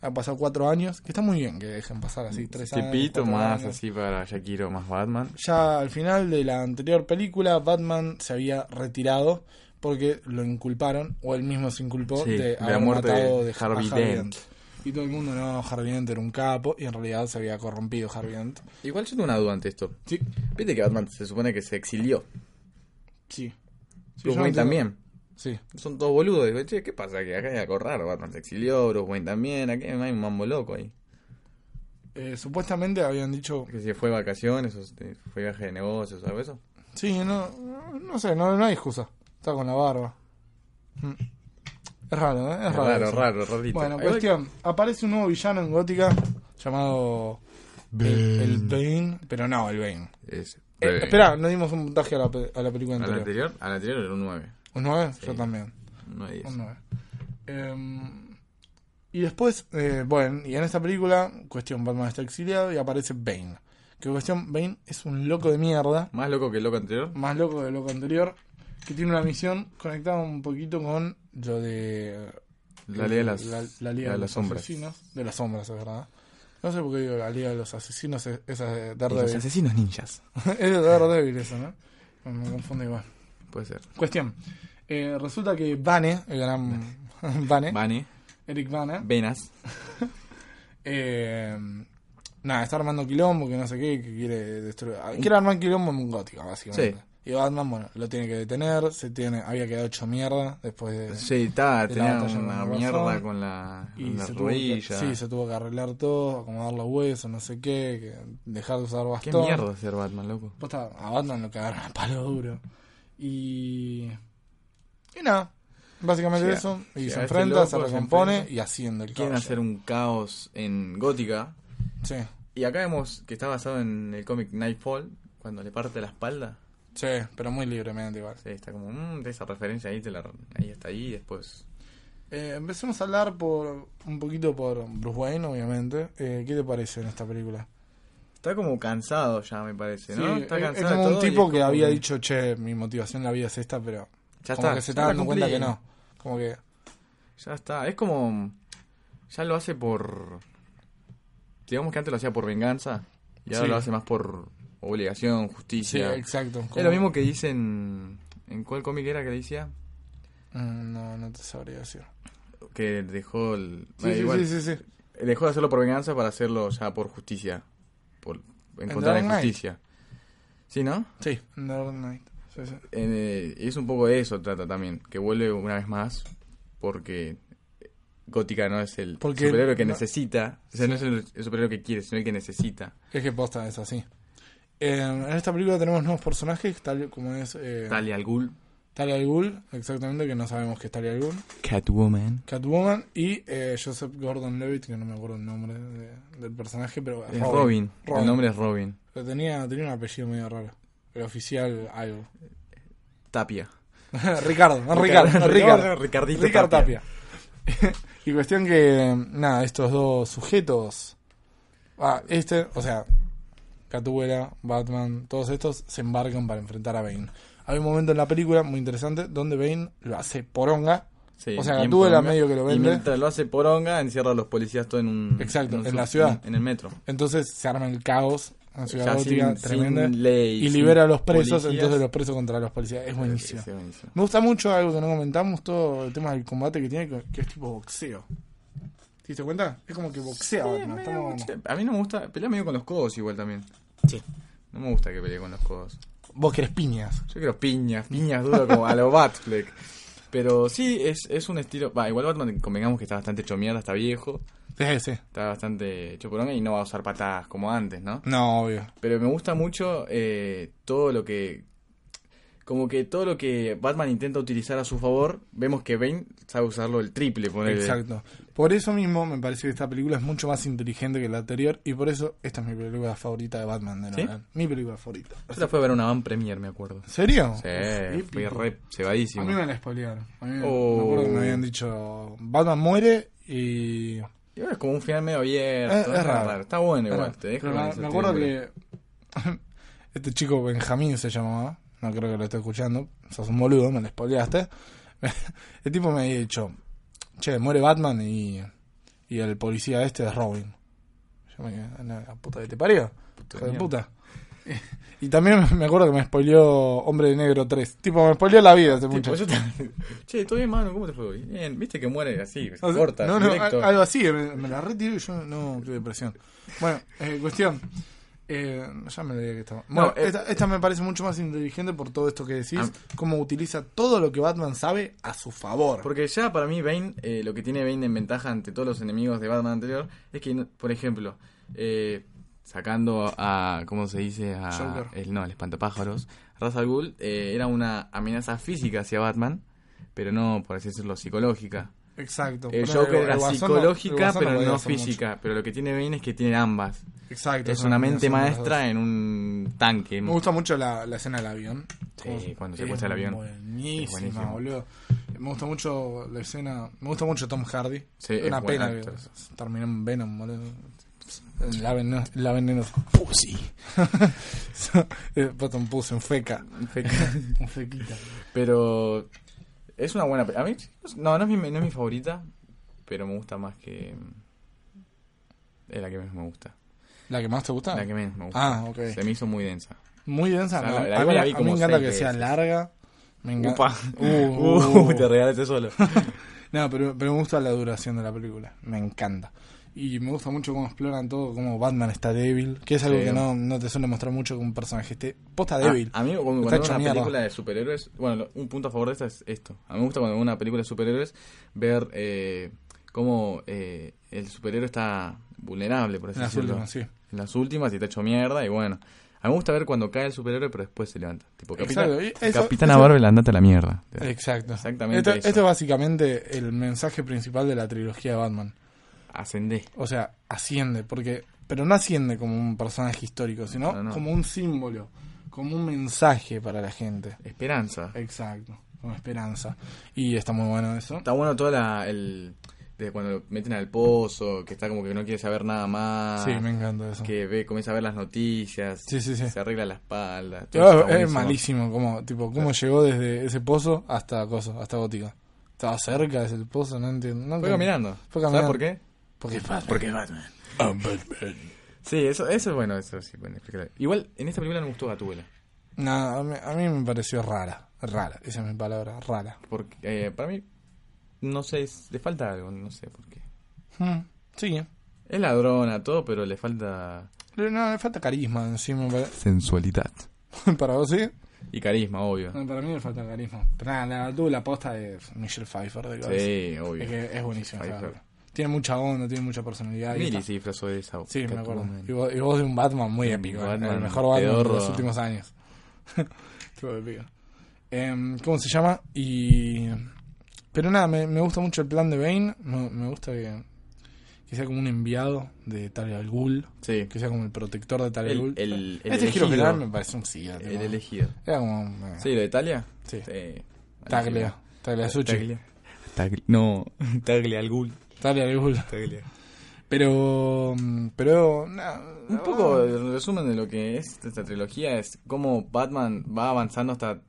D: Ha pasado cuatro años, que está muy bien que dejen pasar así tres años.
C: Tipito Este
D: cuatro
C: más
D: años.
C: así para Shakiro más Batman.
D: Ya al final de la anterior película, Batman se había retirado porque lo inculparon, o él mismo se inculpó,
C: Sí,
D: de
C: de la
D: haber
C: muerte
D: matado
C: de
D: de a
C: Harvey Dent.
D: Y todo el mundo, no, Harvey Dent era un capo, y en realidad se había corrompido Harvey Dent.
C: Igual yo tengo una duda ante esto.
D: Sí,
C: Viste que Batman se supone que se exilió.
D: sí. Sí, yo
C: Bruce
D: no
C: Wayne
D: entiendo.
C: también.
D: Sí.
C: Son todos boludos. Digo, che, ¿qué pasa? Que acá hay algo raro. Batman se exilió, Bruce Wayne también. Aquí hay un mambo loco ahí.
D: Eh, supuestamente habían dicho.
C: Que se fue de vacaciones, o se fue viaje de negocios, algo de eso.
D: Sí, no, no sé, no, no hay excusa. Está con la barba. Mm. Es raro, ¿eh? Es,
C: Es raro,
D: eso.
C: raro, rarito.
D: Bueno,
C: Igual-
D: cuestión. Aparece un nuevo villano en Gótica llamado. el- El Bane. Pero no, el Bane.
C: Es-
D: Eh,
C: Eh,
D: Espera, no dimos un puntaje a la, pe- a la película
C: ¿Al
D: anterior.
C: anterior? Al anterior era un 9.
D: ¿Un 9? Yo también.
C: Un 9
D: Un 9. y después, eh, bueno, y en esta película, cuestión, Batman está exiliado y aparece Bane. Que cuestión, Bane es un loco de mierda.
C: Más loco que el loco anterior.
D: más loco de loco anterior, que tiene una misión conectada un poquito con lo de
C: La ley de las,
D: Mm, la,
C: la
D: la Liga de,
C: de las
D: los
C: sombras.
D: Asesinos. De las sombras, es verdad. No sé por qué digo la Liga de los Asesinos, es- esa es de
C: Y
D: Daredevil.
C: los asesinos ninjas.
D: (laughs) es de Daredevil esa, ¿no? Me confundo igual.
C: Puede ser.
D: Cuestión. Eh, resulta que Vane, el gran (laughs) Vane,
C: Bane,
D: Eric Vane,
C: Venas.
D: eh, nada, está armando quilombo, que no sé qué, que quiere destruir. ah, Quiere armar quilombo en Gótica, básicamente.
C: Sí.
D: Y Batman, bueno, lo tiene que detener, se tiene, había quedado hecho mierda después de...
C: Sí, está,
D: ¿Eh? de la
C: tenía
D: batalla
C: una
D: con el
C: mierda
D: Guasón.
C: con la,
D: Y
C: la
D: se tuvo, que,
C: rodilla.
D: sí, se tuvo que arreglar todo, acomodar los huesos, no sé qué, que dejar de usar
C: Qué
D: bastón.
C: mierda ser Batman, loco.
D: Posta, a Batman lo cagaron a palo duro. Y. Y nada. Básicamente
C: Llega-
D: eso. Y
C: llega
D: se
C: este
D: enfrenta, se
C: loco, se
D: recompone
C: enfrenta.
D: y haciendo el
C: Quieren
D: caballo.
C: hacer un caos en Gótica.
D: Sí,
C: Y acá vemos que está basado en el cómic Nightfall, cuando le parte la espalda.
D: sí, pero muy libremente igual.
C: Sí, está como, mmm, esa referencia ahí, te la, ahí está ahí, después.
D: Eh, empecemos a hablar por un poquito por Bruce Wayne, obviamente. Eh, ¿Qué te parece en esta película?
C: Está como cansado ya, me parece, ¿no?
D: Sí,
C: está
D: es-
C: cansado
D: es
C: de
D: como un
C: todo y
D: tipo
C: es
D: que
C: como
D: había
C: que-
D: dicho, che, mi motivación en la vida es esta, pero.
C: Ya
D: como
C: está,
D: que se
C: ya
D: está
C: la
D: dando cuenta
C: cumplí.
D: que no. Como que.
C: Ya está, es como. Ya lo hace por. Digamos que antes lo hacía por venganza. Y ahora
D: Sí.
C: lo hace más por obligación,
D: Sí,
C: justicia.
D: exacto.
C: es
D: como-
C: lo mismo que dicen. ¿En cuál cómic era que le decía?
D: Mm, No, no te sabría decir.
C: Que dejó el.
D: Sí,
C: Ah,
D: sí,
C: igual.
D: sí, sí, sí.
C: Dejó de hacerlo por venganza para hacerlo ya por justicia. Por encontrar
D: Dark Knight.
C: injusticia. ¿Sí, no?
D: Sí, en Dark Knight. Sí, sí.
C: Eh, es un poco de eso trata también. Que vuelve una vez más. Porque. Gótica no es el
D: Porque-
C: superhéroe que
D: no-
C: necesita. O sea, no es el, el superhéroe que quiere, sino el que necesita.
D: Es que posta es así. Eh, en esta película tenemos nuevos personajes, tal como es eh,
C: Talia al Ghul.
D: Talia al Ghul, exactamente, que no sabemos que es Talia al Ghul,
C: Catwoman.
D: Catwoman y eh, Joseph Gordon-Levitt, que no me acuerdo el nombre de- del personaje, pero
C: Es Robin. El nombre es Robin.
D: Pero tenía, tenía un apellido medio raro, el oficial algo.
C: (laughs) Tapia.
D: Ricardo, no Ricardo, no, Ricardo.
C: Ricardito
D: Ricardo Tapia. (laughs) y cuestión que, nada, estos dos sujetos. Ah, este, o sea, Catuela, Batman, todos estos se embarcan para enfrentar a Bane. Hay un momento en la película muy interesante donde Bane lo hace poronga
C: Sí,
D: O sea,
C: bien
D: Gatúbela
C: poronga.
D: medio que lo
C: Y
D: vende.
C: mientras lo hace poronga, encierra a los policías todo en un.
D: Exacto,
C: un
D: en
C: sub-
D: la ciudad.
C: En, en el metro.
D: Entonces se arma el caos en Ciudad
C: Ya sin-
D: Gótica,
C: sin
D: tremenda.
C: ley,
D: y
C: sin
D: libera a los presos,
C: policías. eh,
D: entonces los presos contra los policías. Es buenísimo.
C: Ese buenísimo.
D: Me gusta mucho algo que no comentamos, todo el tema del combate que tiene, que que es tipo boxeo. ¿Te diste cuenta? Es como que boxea.
C: Sí,
D: Batman,
C: medio
D: estamos-
C: boxeo. A mí no me gusta. Pelea medio con los codos igual también.
D: Sí.
C: No me gusta que pelee con los codos.
D: Vos querés piñas.
C: Yo quiero piñas, piñas duras como a lo Batfleck. Pero sí, es, es un estilo. Va, igual Batman, convengamos que está bastante hecho mierda, está viejo.
D: Sí, sí.
C: Está bastante hecho poronga y no va a usar patadas como antes, ¿no?
D: No, obvio.
C: Pero me gusta mucho eh, todo lo que. Como que todo lo que Batman intenta utilizar a su favor, vemos que Bane sabe usarlo el triple, ponele.
D: Exacto. Por eso mismo me parece que esta película es mucho más inteligente que la anterior y por eso esta es mi película favorita de Batman de
C: ¿Sí?
D: Nolan. Mi película favorita.
C: Yo la fue a ver a una van premier, me acuerdo.
D: ¿En serio?
C: Sí,
D: Épico.
C: fui re
D: A mí me
C: cebadísimo.
D: la spoilearon. A mí me-
C: Oh.
D: me acuerdo que me habían dicho Batman muere y...
C: Y ahora es como un final medio
D: Eh,
C: abierto.
D: es raro.
C: Está bueno igual,
D: Pero-
C: te deja
D: pero
C: con
D: me,
C: esa
D: me acuerdo
C: incertidumbre.
D: que (laughs) este chico Benjamín se llamaba, no creo que lo esté escuchando, sos un boludo, me lo spoileaste. (laughs) El tipo me había dicho, che, muere Batman y, y el policía este es Robin. Yo me quedé, "No, la puta que te parió, hijo de
C: mierda.
D: puta. Y también me acuerdo que me spoileó Hombre de Negro 3. Tipo, me spoileó la vida este hace
C: Tipo,
D: mucho.
C: yo te- (laughs) che, ¿todo bien, mano? ¿Cómo te fue hoy? Bien, viste que muere así,
D: O sea,
C: corta,
D: no, no,
C: directo.
D: a- algo así, me, me la retiro y yo no tuve depresión. Bueno, eh, cuestión. Eh, ya me olvidé que estaba. Bueno,
C: eh,
D: esta, esta me parece mucho más inteligente por todo esto que decís.
C: Ah.
D: Cómo utiliza todo lo que Batman sabe a su favor.
C: Porque ya para mí Bane, eh, lo que tiene Bane en ventaja ante todos los enemigos de Batman anterior, es que, no- por ejemplo, eh, sacando a, ¿cómo se dice? A,
D: Joker.
C: el, no, el espantapájaros, Ra's al Ghul eh, era una amenaza física hacia Batman, pero no, por así decirlo, psicológica.
D: Exacto.
C: El
D: Ponele,
C: Joker era
D: Guasón no- el
C: psicológica,
D: Guasón
C: pero
D: podía
C: no
D: hacer mucho.
C: física. Pero lo que tiene Bane es que tiene ambas.
D: Exacto.
C: Es una mente
D: combinación de las
C: maestra en un tanque.
D: dos. Me gusta mucho la, la escena del avión.
C: Sí,
D: Como-
C: cuando
D: es
C: secuestra el avión. Es
D: Buenísima,
C: buenísimo.
D: boludo. Me gusta mucho la escena. Me gusta mucho Tom Hardy.
C: Sí, es
D: una
C: buen
D: pena que
C: actor.
D: terminó en Venom, boludo. La veneno, la veneno pussy. (laughs) Eh, Bottom pussy, un feca. (laughs) Un fequita.
C: Pero es una buena. pe- A mí, no, no es mi, no es mi favorita, pero me gusta más que. Es la que menos me gusta.
D: ¿La que más te gusta?
C: La que menos me gusta.
D: Ah, ok.
C: Se me hizo muy densa.
D: Muy densa.
C: O sea,
D: no,
C: la- la-
D: a mí,
C: la vi
D: a mí me
C: como
D: encanta
C: seis
D: que sea
C: veces.
D: larga. Me encanta.
C: Upa. (laughs)
D: Uh,
C: Uh,
D: uh.
C: te regalaste solo.
D: No, pero, pero me gusta la duración de la película. Me encanta. Y me gusta mucho cómo exploran todo, cómo Batman está débil. Que es algo
C: Sí.
D: que no, no te suele mostrar mucho que un personaje esté posta
C: Ah,
D: débil.
C: a mí cuando,
D: Está
C: cuando
D: hecho
C: veo una
D: mierda.
C: película de superhéroes, bueno, lo- un punto a favor de esta es esto. A mí me gusta cuando veo una película de superhéroes ver eh, cómo eh, el superhéroe está vulnerable, por así
D: En las
C: decirlo.
D: últimas, sí.
C: En las últimas y está hecho mierda y bueno. A mí me gusta ver cuando cae el superhéroe pero después se levanta. Tipo, Capitán,
D: Exacto, y eso-
C: Capitana
D: eso- Eh.
C: Marvel, andate a la mierda.
D: Exacto.
C: Exactamente
D: Esto,
C: eso.
D: esto es básicamente el mensaje principal de la trilogía de Batman.
C: Ascendé.
D: O sea, asciende, porque pero no asciende como un personaje histórico, sino
C: No, no.
D: como un símbolo, como un mensaje para la gente.
C: Esperanza.
D: Eh. Exacto, con esperanza. Y está muy bueno eso.
C: Está bueno toda la... El, desde cuando lo meten al pozo, que está como que no quiere saber nada más.
D: Sí, me encanta eso.
C: Que ve, comienza a ver las noticias.
D: Sí, sí, sí.
C: Se arregla la espalda.
D: Pero
C: todo eso está
D: es
C: buenísimo.
D: malísimo como tipo cómo llegó desde ese pozo hasta coso, hasta gótica. Estaba cerca de ese pozo, no entiendo. no
C: Fue
D: entiendo.
C: caminando.
D: Fue caminando.
C: ¿Sabes por qué?
D: Porque es Batman.
C: Porque Batman. Sí, eso, eso es bueno, eso sí pueden explicarlo. Igual, en esta película no me gustó Gatúbela.
D: No, a mí, a mí me pareció rara. Rara, esa es mi palabra, rara.
C: Porque, eh, para mí, no sé, es- le falta algo, no sé por qué.
D: Hmm, Sí,
C: Es ladrona, todo, pero le falta
D: Le- no, le falta carisma encima. Para, (laughs)
C: sensualidad.
D: para vos, sí.
C: Y carisma, obvio.
D: No, para mí le falta carisma. Pero nada, la, tuve la posta de Michelle Pfeiffer. De cabeza.
C: Sí, obvio.
D: Es que es buenísimo.
C: Pfeiffer.
D: Tiene mucha onda, tiene mucha personalidad. y
C: Miri
D: está-
C: se disfrazó de esa.
D: Sí, me acuerdo.
C: Catwoman.
D: Y vos, y vos de un Batman muy épico. ¿eh?
C: Batman
D: el mejor Batman
C: pedorro.
D: de los
C: (laughs)
D: últimos años. Estuvo épico. Em, ¿Cómo se llama? Y. Pero nada, me, me gusta mucho el plan de Bane. Me, me gusta que, que sea como un enviado de Tal al Ghul.
C: Sí.
D: Que sea como el protector de Tal al
C: El-
D: Ghul.
C: el- el
D: este giro
C: elegido.
D: final me parece un sí.
C: El elegido.
D: Era como. eh,
C: Sí, lo de Italia.
D: Sí. Taglia.
C: Taglia.
D: Taglia Suchi.
C: Taglia. Tagli-
D: (laughs)
C: No, Taglia al Ghul.
D: Taglia de Bull.
C: Taglia.
D: Pero. mm, Pero. nah,
C: Un
D: Ah.
C: poco el resumen de lo que es esta trilogía es cómo Batman va avanzando hasta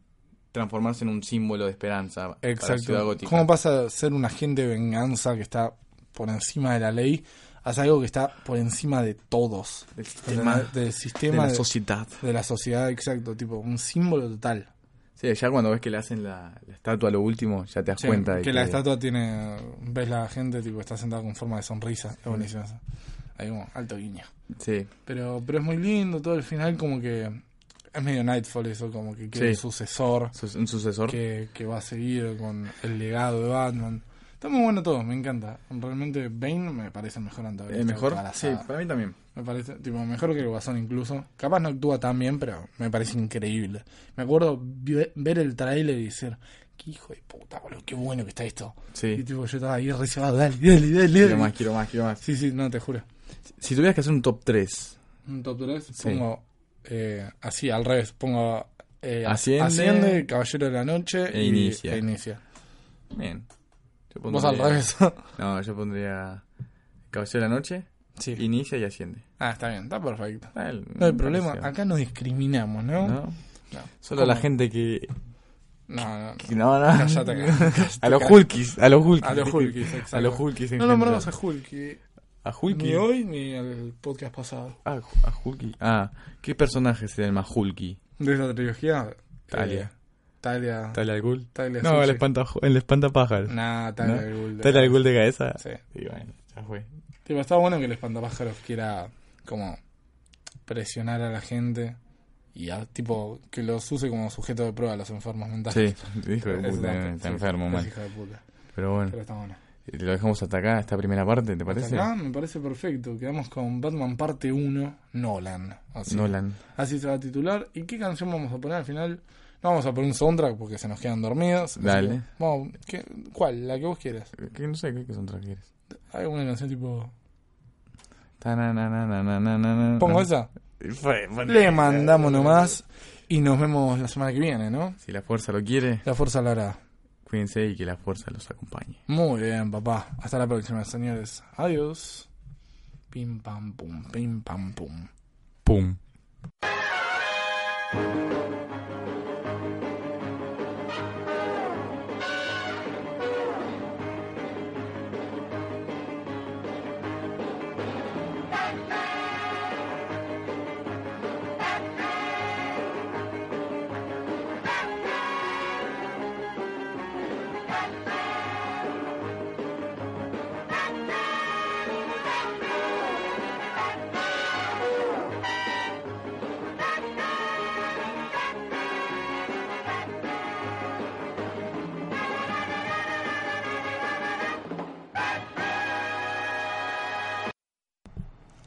C: transformarse en un símbolo de esperanza para la ciudad
D: Exacto.
C: gótica.
D: ¿Cómo pasa de ser un agente de venganza que está por encima de la ley a ser algo que está por encima de todos?
C: Del sistema,
D: ¿Entendés? Del
C: de
D: sistema
C: la
D: de,
C: sociedad.
D: de la sociedad, exacto. Tipo, un símbolo total.
C: Sí, ya cuando ves que le hacen la, la estatua a lo último, ya te das
D: Sí,
C: cuenta de
D: que, la estatua tiene. Ves la gente, tipo, está sentada con forma de sonrisa. Es buenísimo eso. Ahí como, alto guiño.
C: Sí,
D: Pero, pero es muy lindo, todo el final, como que. Es medio Nightfall eso, como que queda
C: Sí.
D: un sucesor
C: su- un sucesor.
D: que, que va a seguir con el legado de Batman. Está muy bueno todo, me encanta. Realmente Bane me parece el mejor antagonista.
C: ¿El mejor?
D: de toda la
C: Sí,
D: saga.
C: para mí también.
D: Me parece, tipo, mejor que el Guasón incluso. Capaz no actúa tan bien, pero me parece increíble. Me acuerdo vi- ver el tráiler y decir, qué hijo de puta, boludo, qué bueno que está esto. Y
C: Sí.
D: tipo, yo estaba ahí reservado, dale, dale, dale,
C: Quiero
D: dale.
C: más, quiero más, quiero más.
D: Sí, sí, no, te juro.
C: Si tuvieras que hacer un top 3,
D: Un top 3,
C: Sí.
D: pongo eh, así, al revés, pongo eh,
C: Asciende.
D: Asciende, Caballero de la Noche
C: E
D: y-
C: Inicia.
D: e inicia.
C: bien. Yo
D: Vos al
C: pondría-
D: revés. (laughs)
C: No, yo pondría Caballero de la Noche,
D: sí.
C: inicia y asciende.
D: Ah, está bien, está perfecto.
C: Ah, el-
D: No hay problema,
C: pareció.
D: acá no discriminamos, ¿no?
C: ¿No? Solo
D: ¿Cómo?
C: la gente que.
D: no, Ah, no.
C: que no, no.
D: Cállate acá.
C: (laughs)
D: (laughs)
C: A los Hulkis, a los Hulkis.
D: A los (laughs) Hulkis, exacto.
C: A los Hulkis en
D: No
C: general.
D: nombramos a Hulk.
C: A Hulky.
D: Ni hoy ni al podcast pasado.
C: Ah, Ju- a Hulky. Ah, ¿qué personaje sería el más Hulky?
D: De esa trilogía.
C: Talia.
D: eh, Talia.
C: ¿Talia al Ghul?
D: Talia.
C: No, el, espanta, el espantapájaros.
D: Nah,
C: ¿no?
D: Talia. Ghul de-
C: ¿Talia al Ghul de cabeza?
D: Sí.
C: Sí, bueno, ya fue.
D: Tipo, está bueno que el espantapájaros quiera como presionar a la gente y a- tipo que los use como sujeto de prueba a los enfermos mentales.
C: Sí, hijo de
D: Eso
C: puta,
D: también,
C: está
D: sí,
C: enfermo, Mm.
D: es
C: mal.
D: hijo de puta.
C: Pero
D: Pero
C: bueno, eh,
D: está bueno.
C: lo dejamos hasta acá, esta primera parte, ¿te parece?
D: Hasta acá me parece perfecto. Quedamos con Batman parte 1, Nolan. Así,
C: Nolan.
D: así se va a titular. ¿Y qué canción vamos a poner al final? No vamos a poner un soundtrack porque se nos quedan dormidos. así
C: Dale.
D: que- vamos, ¿qué- ¿Cuál? La que vos quieras.
C: Que no sé, ¿qué qué son tres quieres?
D: Hay una canción tipo.
C: Tanananananananana.
D: ¿Pongo esa?
C: Fue, bueno.
D: Le mandamos nomás y nos vemos la semana que viene, ¿no?
C: Si la fuerza lo quiere,
D: La fuerza lo hará.
C: cuídense y que la fuerza los acompañe.
D: Muy bien, papá. Hasta la próxima, señores. Adiós. Pim pam pum, pim pam pum.
C: Pum.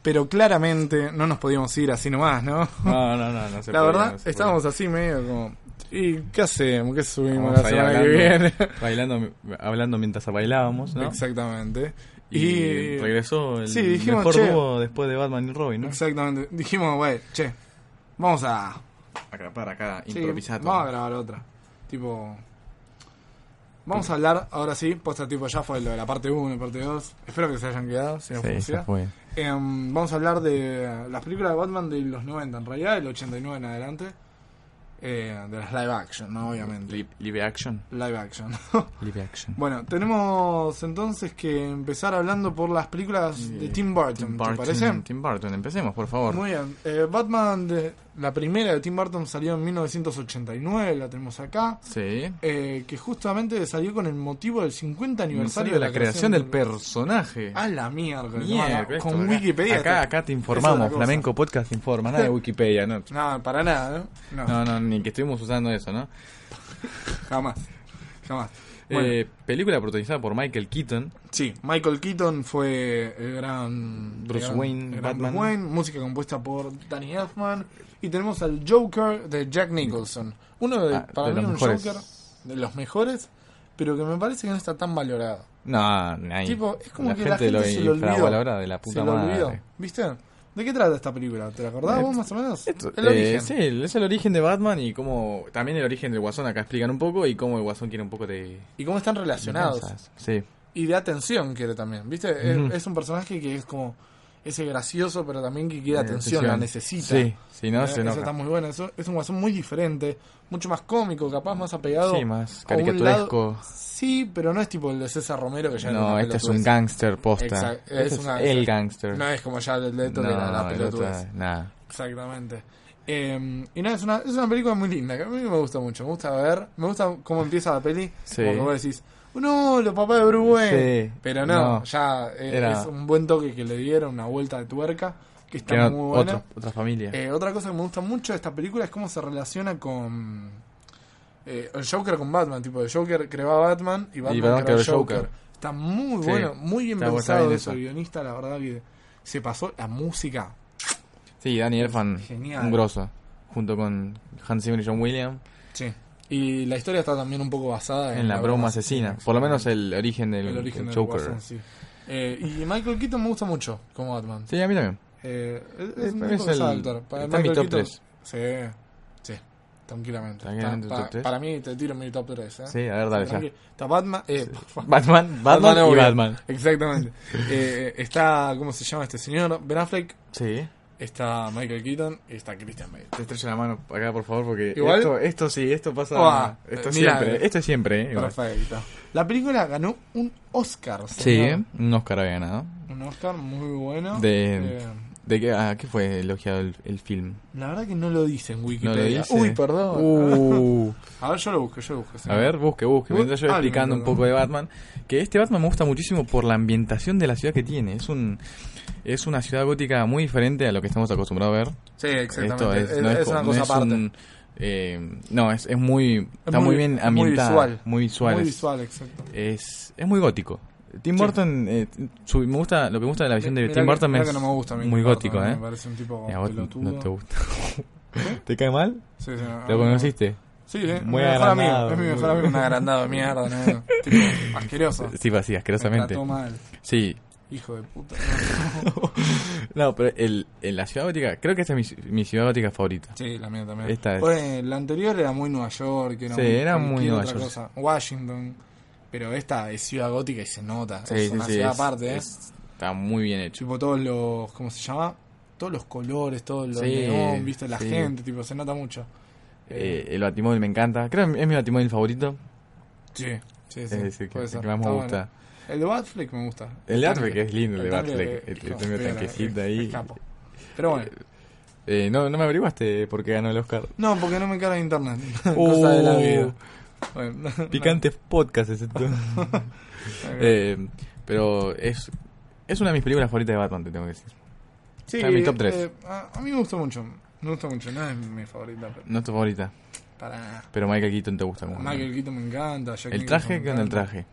D: Pero claramente no nos podíamos ir así nomás, ¿no?
C: No, no, no, no se
D: la
C: podía,
D: verdad,
C: no se
D: estábamos así medio como. ¿Y qué hacemos? ¿Qué
C: podía.
D: subimos
C: Estábamos
D: la
C: ahí
D: semana que viene?
C: (laughs) Bailando, hablando mientras bailábamos, ¿no?
D: Exactamente.
C: Y,
D: Y.
C: regresó el
D: Sí, dijimos,
C: mejor
D: "Che".
C: dúo después de Batman y Robin, ¿no?
D: Exactamente. Dijimos, güey, che, vamos a.
C: Acá, para acá,
D: Sí,
C: improvisado.
D: Vamos a grabar otra. Tipo. Vamos a hablar ahora sí, posta tipo ya fue lo de la parte 1 y parte 2. Espero que se hayan quedado, si no fue
C: Sí,
D: así.
C: ya fue.
D: Em, vamos a hablar de las películas de Batman de los 90, en realidad del 89 en adelante. Eh, de las live action, ¿no? Obviamente.
C: Live, live action.
D: Live action. (laughs)
C: Live action.
D: bueno, tenemos entonces que empezar hablando por las películas de
C: Eh,
D: Tim Burton, ¿te parece?
C: Tim Burton, empecemos, por favor.
D: Muy bien. Eh, Batman, de, la primera de Tim Burton salió en 1989, la tenemos acá.
C: Sí.
D: eh, que justamente salió con el motivo del 50 aniversario
C: de la creación del
D: perro
C: personaje.
D: A la mierda, no, no,
C: Mierda,
D: con
C: esto, acá-
D: Wikipedia.
C: Acá, acá te informamos,
D: cosa.
C: Flamenco Podcast informa,
D: (laughs)
C: nada de Wikipedia, no.
D: No, para nada, ¿eh? No,
C: No, no, ni que estuvimos usando eso, ¿no?
D: jamás. Jamás. Bueno,
C: Eh, película protagonizada por Michael Keaton.
D: sí, Michael Keaton fue el gran
C: Bruce
D: el gran-
C: Wayne,
D: el gran Bruce
C: Batman.
D: Wayne, música compuesta por Danny Elfman. Y tenemos al Joker de Jack Nicholson. Uno de,
C: Ah,
D: para
C: de
D: mí,
C: los
D: un
C: mejores.
D: Joker de los mejores, pero que me parece que no está tan valorado.
C: No, ni
D: Tipo, es como que la gente se lo olvidó.
C: infravalora de la puta
D: se lo
C: madre.
D: olvidó. ¿Viste? ¿De qué trata esta película? ¿Te la acordás
C: Eh,
D: vos más o menos?
C: Esto-
D: el
C: eh,
D: origen.
C: sí, es el origen de Batman y cómo. También el origen del Guasón, acá explican un poco y cómo el Guasón quiere un poco de.
D: Y cómo están relacionados.
C: venganzas. Sí.
D: Y de atención quiere también, ¿viste? Es-
C: Ujú.
D: Es, un personaje que es como... ese gracioso, pero también que quiere atención, la necesita.
C: Eh, Sí, si no,
D: Eh,
C: se
D: eso
C: enoja.
D: está muy bueno. Eso es un guasón muy diferente, mucho más cómico, capaz más apegado.
C: Sí, más
D: a un lado-
C: caricaturesco.
D: Sí, pero no es tipo el de César Romero que ya era
C: No,
D: una
C: este es un
D: pelotudez.
C: gángster posta.
D: Exacto,
C: Este
D: es
C: es,
D: un gángster.
C: el gángster.
D: No es como ya el de Leto que era la
C: No, el otro,
D: pelotudez.
C: nada.
D: Exactamente. Eh, y nada, es una, es una película muy linda, que a mí me gusta mucho. Me gusta ver, me gusta cómo empieza la peli.
C: Sí.
D: Como que vos decís, "Oh, no, los papás de Uruguay.
C: Sí.
D: Pero no,
C: No.
D: ya eh,
C: Era-
D: es un buen toque que le dieron, una vuelta de tuerca, que está
C: Que no-
D: muy buena.
C: otro- otra familia.
D: Eh, otra cosa que me gusta mucho de esta película es cómo se relaciona con eh, el Joker con Batman. Tipo, el Joker creó a Batman y Batman,
C: Batman
D: creó
C: creó
D: al
C: el
D: Joker.
C: Joker.
D: Está muy
C: Sí.
D: bueno, muy bien
C: Está bu- está
D: pensado
C: bien
D: eso,
C: eso.
D: guionista, la verdad que se pasó la música.
C: sí, Danny Elfman,
D: genial.
C: un grosso. Junto con Hans Zimmer y John Williams.
D: Sí. Y la historia está también un poco basada en,
C: En la broma asesina. Por lo menos el origen del,
D: el
C: del
D: origen del
C: Joker.
D: Guasón, sí. Eh, y Michael Keaton me gusta mucho como Batman.
C: Sí, a mí también.
D: Eh, es- es
C: Es-
D: muy
C: es
D: interesante
C: el-
D: actor. Para
C: está en mi
D: Michael
C: top
D: Keaton- Sí, sí, tranquilamente.
C: Tranquilamente
D: Está-
C: tu
D: pa-
C: top tres.
D: Para mí te tiro mi top 3. ¿eh?
C: Sí, a ver, dale, ya.
D: Tranqui- Está (laughs) Batman. eh,
C: Batman, Batman,
D: es
C: y
D: obvio.
C: Batman.
D: Exactamente. Eh, está, ¿cómo se llama este señor? Ben Affleck.
C: Sí.
D: Está Michael Keaton y está Christian Bale.
C: Te estrecho la mano acá, por favor, porque
D: Igual-
C: Esto, esto sí, esto pasa.
D: Uah,
C: esto
D: eh, mira,
C: siempre, esto es siempre. eh, igual.
D: Perfecto. La película ganó un Oscar.
C: Sí,
D: señor.
C: un Oscar había ganado.
D: Un Oscar muy bueno.
C: De-
D: Eh,
C: ¿De qué, a qué fue elogiado el, el film?
D: la verdad que no lo dice en Wikipedia.
C: dice?
D: Uy, perdón.
C: (laughs) Uh.
D: A ver, yo lo busco, yo lo busco.
C: A ver, busque, busque.
D: Bu-
C: Mientras yo voy
D: Ah, bien,
C: explicando un
D: perdón.
C: poco de Batman, que este Batman me gusta muchísimo por la ambientación de la ciudad que tiene. Es un es una ciudad gótica muy diferente a lo que estamos acostumbrados a ver.
D: Sí,
C: Esto
D: exactamente.
C: es, no es, co-
D: una
C: no
D: cosa
C: es
D: aparte.
C: un, eh, no, es, es muy está muy, bien
D: es
C: ambientada,
D: Muy visual.
C: muy visual.
D: Muy
C: es-
D: visual, exacto.
C: Es, es muy gótico. Tim
D: Sí.
C: Burton, eh, su- me gusta, lo que me gusta de la visión de
D: Mirá
C: Tim
D: que-
C: Burton
D: mirá
C: es
D: que no me gusta a mí
C: muy
D: Tim Burton,
C: gótico, ¿eh?
D: Me parece un tipo
C: Y a vos
D: pelotudo.
C: no te gusta. ¿Te cae mal?
D: Sí, sí, no,
C: ¿Lo
D: no.
C: conociste?
D: Sí, eh,
C: Muy
D: mi mejor amigo.
C: agrandado,
D: Es mi
C: muy-
D: mejor amigo. Un agrandado de mierda, (laughs) ¿no? Tipo, asqueroso.
C: Sí, pues, así,
D: Me
C: asquerosamente.
D: trató mal.
C: Sí,
D: Hijo de puta.
C: No, pero el, el- la ciudad gótica, creo que esta es mi, mi ciudad gótica favorita.
D: (laughs) Sí, la mía también.
C: Esta es.
D: Bueno, eh, la anterior era muy Nueva York, era
C: Sí,
D: muy,
C: era muy
D: cualquier
C: Nueva
D: otra
C: York.
D: cosa. Washington. Pero esta es ciudad gótica y se nota.
C: Sí,
D: es
C: sí,
D: una
C: sí,
D: ciudad
C: es-
D: aparte, ¿eh?
C: es- está muy bien hecho.
D: Tipo todos los. ¿Cómo se llama? Todos los colores, todos los
C: Sí,
D: neón, viste, la
C: sí.
D: gente, tipo, se nota mucho.
C: Eh, el batimóvil me encanta. Creo que es mi batimóvil favorito.
D: Sí, sí, sí.
C: es decir, que,
D: puede ser.
C: el que más me
D: Está
C: gusta.
D: bueno. El de Batfleck me gusta.
C: El de Batfleck es lindo, el de
D: tanque
C: Batfleck.
D: de-
C: El que
D: hijo,
C: tiene un
D: pero,
C: tanquecito
D: eh,
C: ahí.
D: es capo. Pero bueno.
C: Eh, no, no me averiguaste por qué ganó el Oscar.
D: No, porque no me carga internet. (laughs) Cosa de la
C: Oh.
D: vida.
C: (laughs)
D: Bueno, no,
C: Picantes podcasts,
D: (laughs)
C: excepto.
D: no, no.
C: Eh, pero es, es una de mis películas favoritas de Batman, te tengo que decir.
D: Sí,
C: está en mi top tres.
D: eh, a, a mí me gusta mucho. Me gusta mucho. No es mi favorita, pero
C: No es tu favorita,
D: para nada.
C: pero Michael Keaton te gusta mucho.
D: Michael Keaton me encanta. Jack
C: ¿El
D: Nicholson
C: traje?
D: me
C: ¿Qué onda el
D: encanta.
C: traje?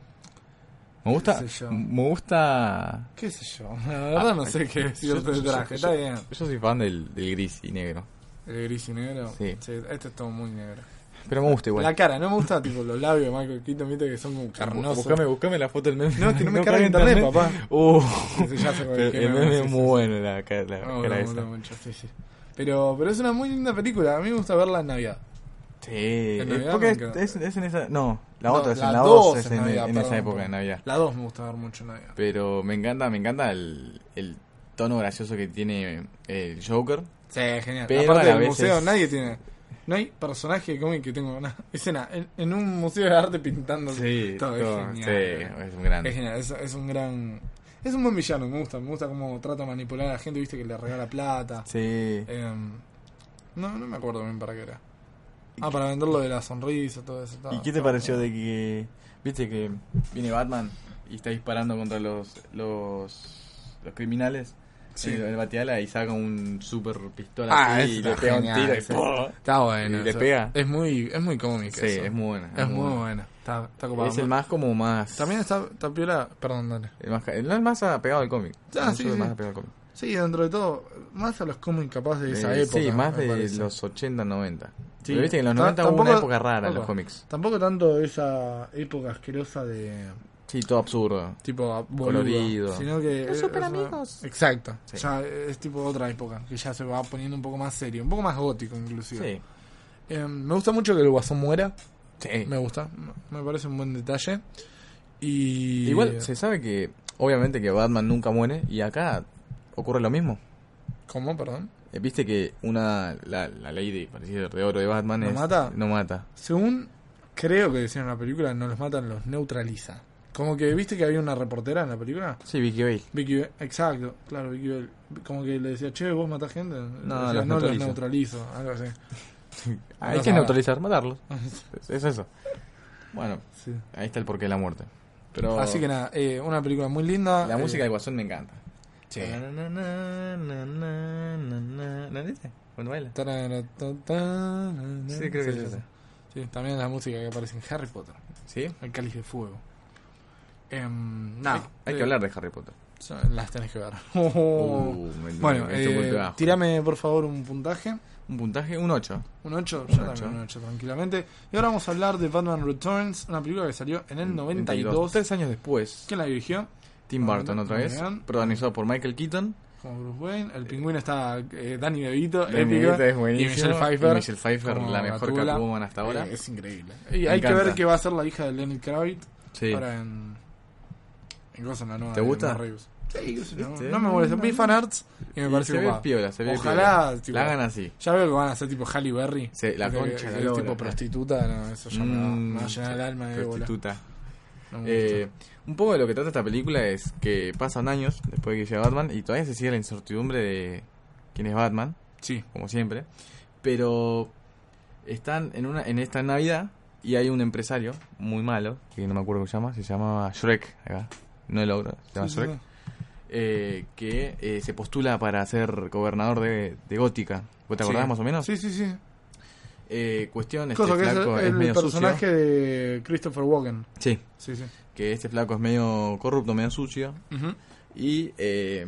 C: Me gusta.
D: sé yo.
C: Me gusta. Ah,
D: ¿Qué sé yo? La verdad no sé qué
C: Yo,
D: decirte del
C: yo-
D: traje.
C: yo-
D: Está bien.
C: yo soy fan del, del gris y negro.
D: El gris y negro.
C: Sí.
D: Este es todo muy negro.
C: Pero me gusta igual.
D: La cara, no me gusta tipo los labios de Michael Keaton, viste que son como
C: Bu-
D: carnosos.
C: Ah, Buscame, buscame la foto del meme.
D: No, es que no
C: (laughs)
D: me carga internet, papá.
C: Uh,
D: Sí, sí, ya sé cuál-
C: pero
D: qué
C: el
D: meme,
C: meme
D: sí,
C: es
D: sí,
C: muy bueno, la cara, la
D: No,
C: cara
D: no,
C: esa.
D: no, mucho, sí, sí. Pero, pero es una muy linda película. A mí me gusta verla en Navidad.
C: Sí,
D: En
C: eh,
D: Navidad
C: porque
D: me
C: es,
D: encanta.
C: es- es en esa. No, la
D: No,
C: otra es
D: la
C: en la
D: dos
C: 2, es
D: en
C: en, e-, en
D: Navidad,
C: esa
D: perdón,
C: época de
D: perdón.
C: Navidad.
D: La 2 me gusta ver mucho en Navidad.
C: Pero me encanta, me encanta el, el tono gracioso que tiene el Joker.
D: Sí, genial.
C: Pero
D: Aparte
C: a
D: del
C: la vez
D: museo,
C: es-
D: nadie tiene. No hay personaje de cómic que tenga una (laughs) escena en, en un museo de arte pintando. todo,
C: todo-
D: es
C: sí,
D: genial.
C: es un grande.
D: Es genial, es, es un gran. Es un buen villano, me gusta. Me gusta cómo trata de manipular a la gente, viste, que le regala plata.
C: Sí.
D: Em, no, no me acuerdo bien para qué era. Ah, para vender lo de la sonrisa, todo eso.
C: ¿Y
D: estaba-
C: qué te
D: estaba-
C: pareció de que, viste que viene Batman y está disparando contra los los, los criminales?
D: Sí.
C: Sí. El, el Batiala y saca un super pistola
D: Ah,
C: así y
D: eso
C: le
D: está
C: pega
D: genial,
C: un tiro y
D: sí.
C: ¡pum!
D: Está bueno.
C: Y le
D: eso.
C: pega.
D: Es muy, es muy cómico.
C: Sí,
D: eso.
C: es muy buena.
D: Es muy buena. Está, está copado.
C: Es el más como más...
D: También está, está piola. Perdón, dale.
C: El más, ca- no el más apegado al cómic.
D: Ah,
C: El
D: sí,
C: Joker
D: sí.
C: más apegado al cómic.
D: Sí, dentro de todo, más a los cómics capaz de esa
C: Eh,
D: época.
C: Sí, más
D: me
C: de
D: parece.
C: los 80, 90.
D: Sí.
C: Pero viste que en los
D: Ta-
C: 90 hubo una
D: tampoco-
C: época rara en
D: ojo.
C: los cómics.
D: Tampoco tanto esa época asquerosa de
C: Sí, todo absurdo.
D: tipo a- boludo,
C: Colorido.
D: sino que
E: Los
D: es
E: super
D: una-
E: amigos.
D: Exacto.
C: Sí.
D: Ya es tipo otra época que ya se va poniendo un poco más serio, un poco más gótico inclusive.
C: Sí.
D: Eh, me gusta mucho que el guasón muera.
C: Sí.
D: Me gusta, me parece un buen detalle. eh, Y
C: Igual se sabe que, obviamente, que Batman nunca muere. Y acá, ocurre lo mismo.
D: ¿Cómo, perdón?
C: Eh, Viste que una la, la ley de, parece de oro de Batman
D: ¿No
C: es...
D: mata?
C: No mata.
D: Según creo que decían en la película, no los matan, los neutraliza. Como que viste que había una reportera en la película.
C: Sí, Vicky Bale.
D: Vicky, Bell- exacto, claro, Vicky Bell. Como que le decía, che, vos matás gente.
C: No,
D: Le decía,
C: los
D: no los
C: neutralizo".
D: neutralizo, algo así.
C: Hay
D: Ah, No
C: que
D: sabe.
C: neutralizar,
D: (laughs)
C: matarlos. Es, es eso. Bueno,
D: Sí.
C: ahí está el porqué de la muerte. Pero
D: Así que nada, eh, una película muy linda.
C: la
D: eh,
C: música de Guasón me encanta.
D: Sí.
C: Na, na, na, na, na, na, na. ¿No es ese? Cuando baila.
D: tarara, ta, ta, na, na.
C: Sí, creo que es esa.
D: Sí, también la música que aparece en Harry Potter,
C: ¿Sí?
D: El Cáliz de Fuego. Em, nada,
C: Hay
D: eh,
C: que hablar de Harry Potter.
D: son- Las tenés que ver.
C: Uh, me-
D: bueno,
C: me tocó el
D: eh,
C: trabajo.
D: tirame por favor un puntaje.
C: Un puntaje, un 8.
D: Un 8,
C: Un
D: yo
C: ocho.
D: también un 8 tranquilamente. Y ahora vamos a hablar de Batman Returns, una película que salió en el 92.
C: Tres años después,
D: ¿Quién la dirigió?
C: Tim Burton otra
D: Muy
C: vez,
D: bien.
C: protagonizado por Michael Keaton.
D: Como Bruce Wayne. El pingüino está eh, Danny DeVito,
C: Danny
D: épico.
C: DeVito es buenísimo.
D: Y Michelle Pfeiffer.
C: Y Michelle Pfeiffer,
D: como
C: la mejor
D: Gatúbela.
C: Catwoman hasta ahora.
D: Eh, es increíble.
C: Me
D: Y hay que
C: encanta.
D: ver qué va a ser la hija de Lenny Kravitz.
C: Sí.
D: Ahora en. En cosa, en la nueva.
C: ¿Te
D: de
C: gusta?
D: Matt Reeves. Sí, qué sé yo,
C: ¿Viste?
D: no me molesta. Vi fanarts y me
C: Y
D: parece
C: se ve
D: copado.
C: piola, se ve
D: Ojalá.
C: piola.
D: tipo,
C: La hagan así.
D: Ya veo que van a ser tipo Halle Berry.
C: Sí, la
D: Que-
C: concha
D: que
C: de
D: es
C: la
D: tipo
C: lora.
D: prostituta, no, eso ya me va-
C: Mm,
D: me va a llenar el alma de bola.
C: prostituta.
D: No me gusta.
C: Eh, un poco de lo que trata esta película es que pasan años después de que llega Batman y todavía se sigue la incertidumbre de quién es Batman,
D: Sí.
C: como siempre. Pero están en una en esta Navidad y hay un empresario muy malo, que no me acuerdo cómo se llama, se llama Shrek, acá. No el ogro, se llama
D: Sí, sí,
C: Shrek.
D: sí.
C: eh, que eh, se postula para ser gobernador de, de Gótica. ¿Vos te acordás
D: Sí.
C: más o menos?
D: Sí, sí, sí.
C: Eh, cuestión, este
D: Cosa que es el,
C: flaco es, medio
D: personaje
C: sucio.
D: de Christopher Walken.
C: Sí,
D: Sí, sí.
C: que este flaco es medio corrupto, medio sucio. Y eh,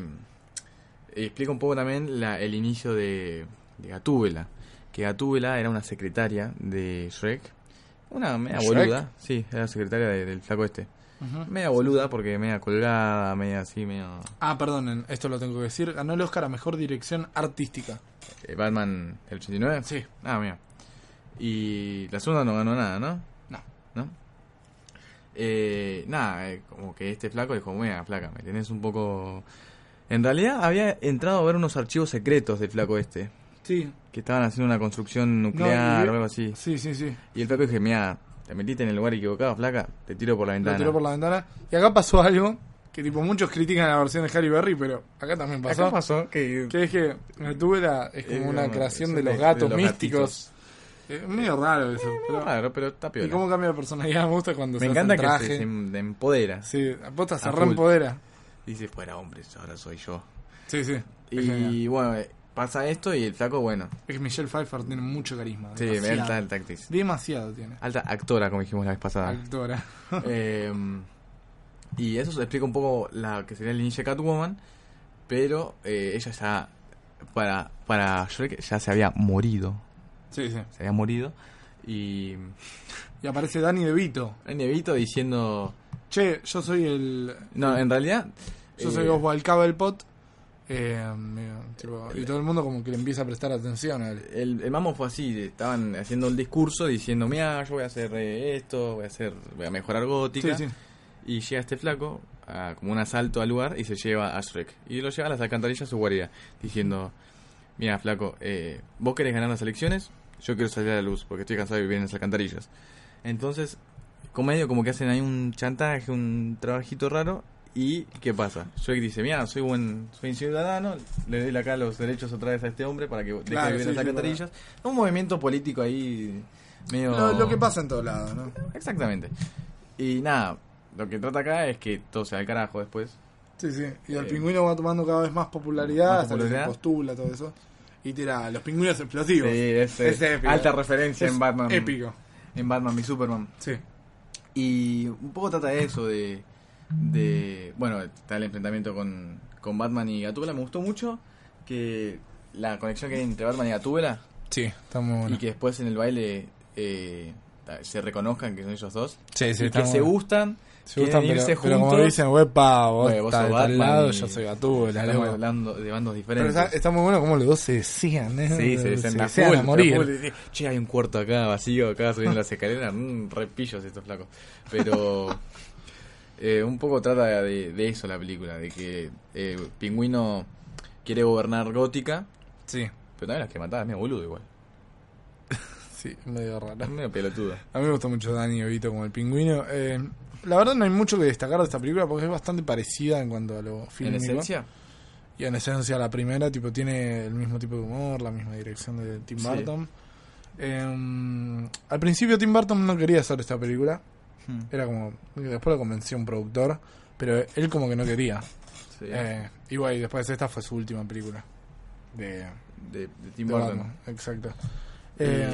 C: explica un poco también la- el inicio de, de Gatúbela. Que Gatúbela era una secretaria de Shrek. Una media
D: ¿Shrek?
C: boluda. Sí, era secretaria de- del flaco este. Media boluda porque media colgada, media así, medio...
D: Ah, perdonen, esto lo tengo que decir. Ganó el Oscar a Mejor Dirección Artística.
C: Eh, Batman el 89.
D: Sí.
C: Ah, mira. Y la segunda no ganó nada, ¿no?
D: No.
C: ¿No? Eh, nada, eh, como que este flaco dijo, mira, flaca, me tenés un poco... En realidad había entrado a ver unos archivos secretos del flaco este,
D: Sí.
C: que estaban haciendo una construcción nuclear
D: y-
C: o algo así.
D: Sí, sí, sí.
C: Y el flaco dije, mira, te metiste en el lugar equivocado, flaca, te tiro por la
D: Lo
C: ventana.
D: tiró por la ventana. Y acá pasó algo que, tipo, muchos critican la versión de Harry Berry, pero acá también pasó.
C: Acá pasó que...
D: Que es que Gatúbela es como
C: Eh,
D: una
C: no,
D: creación
C: es
D: de
C: una-
D: los gatos
C: de los
D: místicos. Es medio raro eso. pero-
C: Claro, pero está
D: y
C: piola.
D: cómo cambia de personalidad, me gusta cuando
C: Me
D: se
C: encanta
D: hacen
C: que se,
D: traje.
C: se em- empodera.
D: Sí, aposta se
C: A full.
D: reempodera.
C: Dice, fuera hombre, ahora soy yo.
D: Sí, sí. Es genial.
C: Y bueno, eh, pasa esto y el flaco, bueno.
D: Es que Michelle Pfeiffer tiene mucho carisma.
C: Sí, Ah.
D: demasiado.
C: alta, alta actriz.
D: Demasiado tiene.
C: Alta actora, como dijimos la vez pasada. (laughs)
D: Actora.
C: Eh, y eso se explica un poco la que sería el inicio de Catwoman. Pero eh, ella ya, para, para Shrek, ya se había morido.
D: Sí, sí.
C: Se había morido. Y
D: Y aparece Danny DeVito.
C: Nevito diciendo...
D: Che, yo soy el.
C: No, en realidad...
D: Yo
C: eh,
D: soy Oswald Cobblepot. Eh, mira, tipo, y todo el mundo como que le empieza a prestar atención a él.
C: el, el mamo fue así, estaban haciendo un discurso diciendo, mira, yo voy a hacer eh, esto, voy a hacer, voy a mejorar
D: Sí,
C: gótica.
D: sí.
C: Y llega este flaco, a- como un asalto al lugar, y se lleva a Shrek. Y lo lleva a las alcantarillas a su guarida, diciendo: Mira, flaco, eh, vos querés ganar las elecciones, yo quiero salir a la luz, porque estoy cansado de vivir en las alcantarillas. Entonces, con medio como que hacen ahí un chantaje, un trabajito raro. ¿Y qué pasa? Shrek dice: Mira, soy buen soy ciudadano, le doy acá los derechos otra vez a este hombre para que deje
D: Claro,
C: de vivir
D: sí,
C: en las
D: sí,
C: alcantarillas. Un movimiento político ahí medio.
D: Lo, lo que pasa en todos lados, ¿no?
C: Exactamente. Y nada, lo que trata acá es que todo se va al carajo después.
D: Sí, sí. Y el
C: Eh,
D: pingüino va tomando cada vez más popularidad,
C: más
D: hasta que se
C: popularidad.
D: postula, todo eso. Y tira los pingüinos explosivos.
C: ese-
D: Es épico.
C: alta referencia
D: Es
C: en Batman.
D: Épico.
C: En Batman y Superman.
D: Sí.
C: Y un poco trata de eso, de... de bueno, está el enfrentamiento con, con Batman y Gatúbela. Me gustó mucho que la conexión que hay entre Batman y Gatúbela
D: Sí, está muy bueno.
C: y que después en el baile eh, se reconozcan que son ellos dos.
D: Sí, sí,
C: y
D: está
C: que
D: muy
C: se
D: bueno.
C: gustan,
D: Se
C: quieren
D: gustan, pero,
C: irse
D: pero como
C: juntos.
D: dicen, wepa, vos,
C: Bueno, vos
D: estás
C: sos
D: de tal
C: Batman
D: lado,
C: y-
D: yo soy Gatúbela,
C: Estamos
D: loco.
C: hablando de bandos
D: Pero
C: diferentes.
D: está, está muy bueno como los dos se decían, ¿eh?
C: Sí,
D: (laughs)
C: se desean
D: desean a morir.
C: Che, hay un cuarto acá vacío, acá subiendo las escaleras. Mm, repillos estos flacos. Pero (laughs) eh, un poco trata de, de eso la película, de que eh, Pingüino quiere gobernar Gótica,
D: Sí,
C: pero también las que mataba, medio boludo igual. (laughs)
D: sí, medio raro.
C: Es medio pelotudo.
D: A mí me gusta mucho Danny Evito como el pingüino. Eh, la verdad no hay mucho que destacar de esta película porque es bastante parecida en cuanto a lo
C: En
D: fílmico.
C: esencia,
D: Y en esencia la primera, tipo, tiene el mismo tipo de humor, la misma dirección de Tim
C: Sí.
D: Burton. Eh, al principio Tim Burton no quería hacer esta película.
C: Hmm.
D: Era como, después lo convenció un productor, pero él como que no quería.
C: sí,
D: Eh, y bueno, y después esta fue su última película. De,
C: de, de Tim
D: de
C: Burton.
D: Batman, exacto.
C: Y,
D: Eh,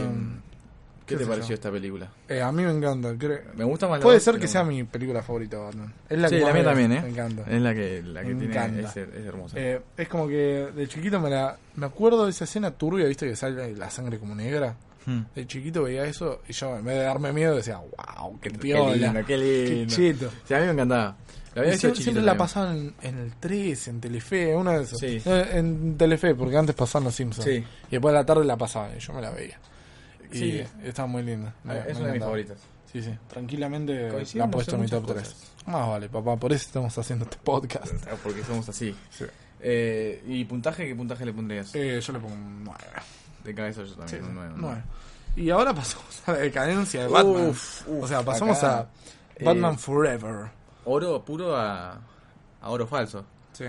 C: ¿Qué
D: qué
C: te
D: sé
C: pareció
D: yo.
C: esta película?
D: eh, a mí me encanta. creo-
C: Me gusta más la
D: Puede
C: dos
D: ser
C: la
D: que sea
C: uno.
D: mi película favorita, Batman. Es la
C: Sí,
D: que
C: la
D: más
C: mía
D: veo,
C: también, ¿eh?
D: Me encanta.
C: Es la que, la que
D: Me
C: tiene.
D: encanta.
C: Es, her- es hermosa.
D: Eh, es como que de chiquito me la. Me acuerdo de esa escena turbia, viste, que sale la sangre como negra.
C: Hmm.
D: De chiquito veía eso y yo, en vez de darme miedo, decía, wow, qué
C: Qué
D: piola.
C: lindo, qué
D: qué
C: lindo.
D: cheto.
C: Sí, a mí me encantaba. La
D: Y
C: había
D: sie-
C: visto de
D: siempre
C: chiquito
D: la
C: también.
D: pasaban en, en el 3, en Telefe, una de esas.
C: Sí.
D: No, en Telefe, porque antes pasaban los Simpsons.
C: Sí.
D: Y después a la tarde la pasaban y yo me la veía. Y
C: Sí.
D: estaba muy linda. Me-
C: Ah,
D: me
C: Es una de mis
D: encantaba.
C: favoritas.
D: Sí, sí. Tranquilamente la
C: Coincidimos
D: he puesto
C: en
D: en mi
C: muchas
D: top
C: cosas.
D: 3. Más vale, papá, por eso estamos haciendo este
C: (laughs)
D: podcast.
C: Ah, Porque somos así.
D: Sí.
C: Eh, ¿Y puntaje? ¿Qué puntaje le pondrías?
D: Eh, yo le pongo un 9.
C: De cabeza yo también. un nueve, ¿no?
D: Nueve. Y ahora pasamos a la decadencia de Batman.
C: Uf, uf,
D: o sea, pasamos
C: acá,
D: a Batman
C: eh,
D: Forever.
C: Oro puro a, a oro falso.
D: (laughs)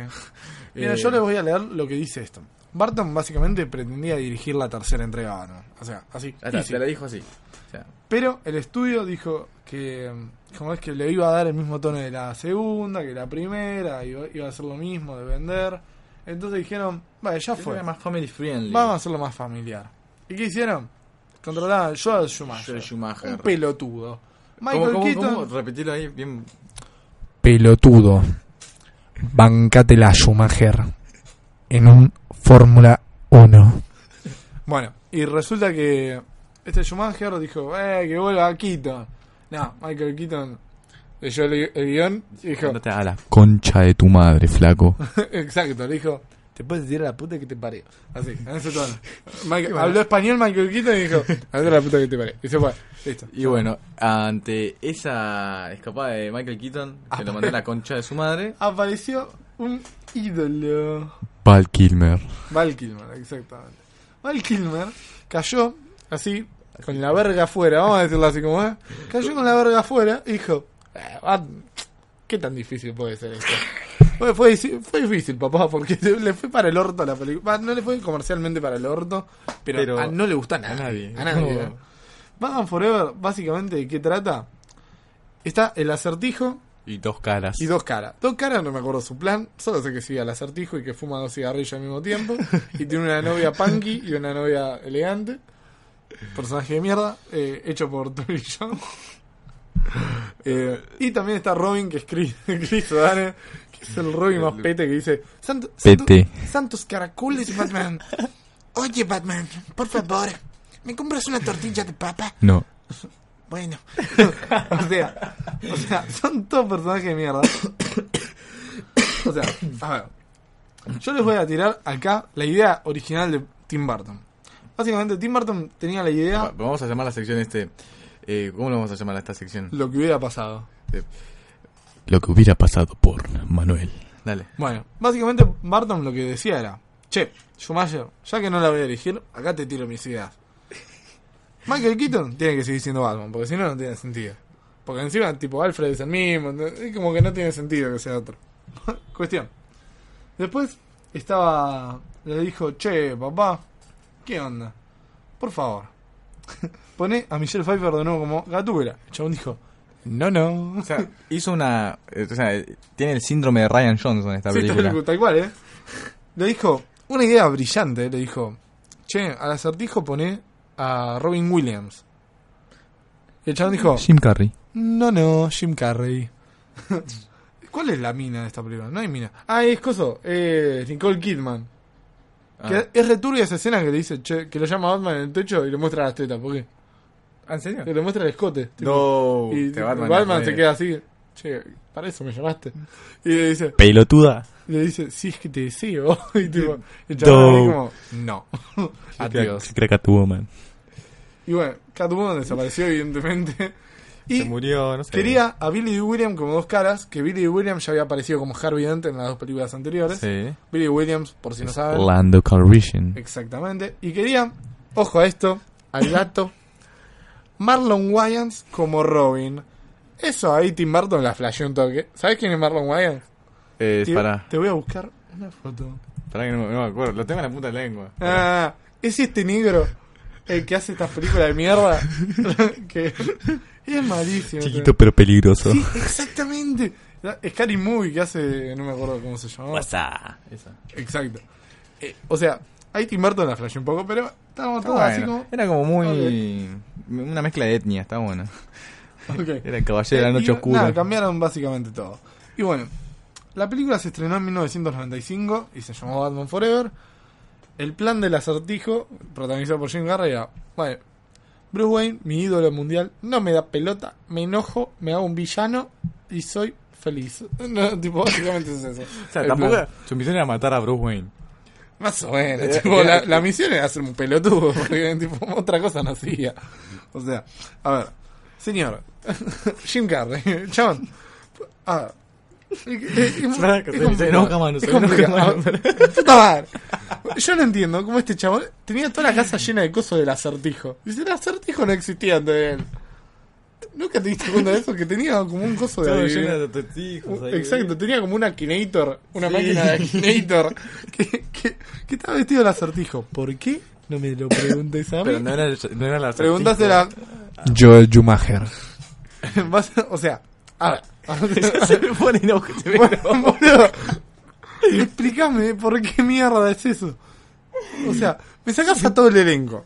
D: Mira,
C: Eh,
D: yo les voy a leer lo que dice esto. Barton básicamente pretendía dirigir la tercera entrega de Batman. O sea, así.
C: Ya está,
D: easy.
C: te la dijo así. O sea,
D: Pero el estudio dijo que, mm, como es que le iba a dar el mismo tono de la segunda, que la primera, iba, iba a ser lo mismo de vender. Entonces dijeron, vale, ya
C: fue
D: fue.
C: más family friendly.
D: Vamos a hacerlo más familiar. ¿Y qué hicieron? Contrataron a Joel Schumacher.
C: Joel Schumacher.
D: Un pelotudo.
C: ¿Cómo,
D: Michael
C: cómo,
D: Keaton.
C: cómo? Repetilo ahí bien.
D: Pelotudo. Bancatela, Schumacher. En un Fórmula 1. Bueno, y resulta que este Schumacher dijo, eh, que vuelva Keaton. No, Michael Keaton leyó el, el guión y dijo, (laughs)
C: Andate a la concha de tu madre, flaco.
D: Exacto, le dijo, te puedes tirar a la puta que te parió. Así, en ese tono. (laughs) Michael- habló español Michael Keaton y dijo, andate a la puta que te parió. Y se fue, listo.
C: (laughs) Y bueno, ante esa escapada de Michael Keaton,
D: Ah,
C: que lo
D: (laughs)
C: mandó a la concha de su madre.
D: Apareció un ídolo.
C: Val Kilmer.
D: Val Kilmer, exactamente. Val Kilmer cayó así, con la verga afuera, vamos a decirlo así como es. Cayó con la verga afuera y dijo, "Eh, Batman, ¿qué tan difícil puede ser esto? Fue, fue, dici- fue difícil, papá, porque le le fue para el orto a la película. Va, No le fue comercialmente para el orto, pero,
C: Pero
D: a- no le gusta a nadie. A
C: nadie.
D: nadie.
C: No.
D: ¿eh? Batman Forever, básicamente, ¿de qué trata? Está el acertijo
C: Y dos caras.
D: y dos caras. Dos caras, no me acuerdo su plan, solo sé que sigue al acertijo y que fuma dos cigarrillos al mismo tiempo. y tiene una novia punky y una novia elegante. Personaje de mierda, eh, hecho por Tony John. Eh, y también está Robin, que es Chris, (laughs) Chris O'Donnell, que es el Robin más pete que dice: "Santo- santo-
C: Pete.
D: Santos caracoles, Batman.
E: Oye, Batman, por favor, ¿me compras una tortilla de papa?
C: No.
E: Bueno,
D: (laughs) O sea, o sea, son todos personajes de mierda. (coughs) O sea, a ver. Yo les voy a tirar acá la idea original de Tim Burton. Básicamente, Tim Burton tenía la idea
C: Vamos a llamar la sección este. eh, ¿Cómo lo vamos a llamar a esta sección?
D: lo que hubiera pasado.
C: Lo que hubiera pasado por Manuel. Dale.
D: Bueno, básicamente Barton lo que decía era, che, Schumacher, ya que no la voy a elegir, acá te tiro mis ideas. Michael Keaton tiene que seguir siendo Batman, porque si no, no tiene sentido. Porque encima, tipo, Alfred es el mismo, ¿no? es como que no tiene sentido que sea otro. (laughs) Cuestión. Después estaba, le dijo, che, papá, ¿qué onda? Por favor. (laughs) Pone a Michelle Pfeiffer de nuevo como Gatúbela. El chabón dijo, no, no.
C: O sea, hizo una. eh, O sea, eh, tiene el síndrome de Ryan Johnson esta
D: Sí,
C: película.
D: tal, tal cual, ¿eh? Le dijo, una idea brillante, ¿eh? le dijo, che, al acertijo poné a Robin Williams. Y el chabón dijo,
C: Jim Carrey.
D: no, no, Jim Carrey. (laughs) ¿Cuál es la mina de esta película? No hay mina. Ah, es coso, eh, Nicole Kidman.
C: Ah.
D: Que es returbia esa escena que le dice, che, que lo llama Batman en el techo y le muestra las tetas, ¿por qué?
C: ¿En serio?
D: Que le muestra el escote. tipo,
C: No.
D: y
C: Uh, te
D: tipo,
C: Batman,
D: Batman,
C: la Mm.
D: se
C: re-
D: queda así, che, para eso me llamaste. Y le dice,
C: Pelotuda.
D: le dice, si es que te deseo. (laughs) Y tipo, el chabón ahí como, no. (laughs) Adiós.
C: Crack a tu woman.
D: Y bueno, Catwoman desapareció, evidentemente. Y
F: Se murió, no sé.
D: quería a Billy y William como dos caras, que Billy y William ya había aparecido como Harvey Dent en las dos películas anteriores.
F: Sí.
D: Billy Williams, por si no saben.
F: Orlando Calrissian.
D: Exactamente. Y quería, ojo a esto, al gato, (laughs) Marlon Wayans como Robin. Eso ahí Tim Burton la flasheó un toque. ¿Sabes quién es Marlon Wayans?
F: Eh,
D: Te,
F: pará,
D: te voy a buscar una foto.
F: pará que no, no me acuerdo. Lo tengo en la puta lengua.
D: Ah, es este negro el que hace estas películas de mierda. que es malísimo.
F: pero peligroso. (laughs)
D: Sí, exactamente. La- Scary Movie que hace, no me acuerdo cómo se llamaba.
F: Esa.
D: Exacto. Eh, o sea, ahí Tim Burton la flasheó un poco, pero estábamos todos así
F: Bueno,
D: como...
F: Era como muy. Una mezcla de etnia, está bueno. (laughs)
D: ok.
F: Era el caballero de la noche
D: Eh, Y, nada,
F: oscura.
D: cambiaron básicamente todo. Y bueno, la película se estrenó en 1995 y se llamó Batman Forever. El plan del acertijo, protagonizado por Jim Carrey, era, bueno, Bruce Wayne, mi ídolo mundial, no me da pelota, me enojo, me hago un villano y soy feliz. (laughs) No, tipo, básicamente es eso.
F: O sea,
D: El
F: tampoco.
D: plan.
F: Su misión era matar a Bruce
D: (laughs)
F: Wayne.
D: Más o menos.
F: Eh,
D: tipo, la, la misión era hacer un pelotudo, (laughs) porque tipo, otra cosa no hacía. O sea, a ver, señor, (laughs) Jim Carrey, (laughs) chabón. A ver. Es- es- es-
F: (laughs) Pará, que
D: es
F: se- se
D: complicado.
F: enoja, mano, se
D: Es complicado.
F: enoja, mano.
D: (laughs) Puta madre. Yo no entiendo cómo este chabón tenía toda la casa llena de cosas del acertijo. Dice, el acertijo no existía antes de él. ¿Nunca te diste cuenta de eso? Que tenía como un coso de...
F: Todo
D: adivin-
F: lleno de acertijos ahí.
D: Exacto, tenía como un Akinator, una
F: Sí.
D: máquina
F: (laughs)
D: de Akinator, que, que, que estaba vestido de acertijo. ¿Por qué? No me lo preguntes
F: (laughs)
D: a mí.
F: Pero no era, no era la
D: Preguntaste
F: acertijo.
D: a Joel (laughs) Schumacher. o sea, a ver.
F: (laughs) Se me pone enojo. se me
D: Bueno,
F: enoja.
D: boludo, explícame por qué mierda es eso. O sea, me sacas a todo el elenco.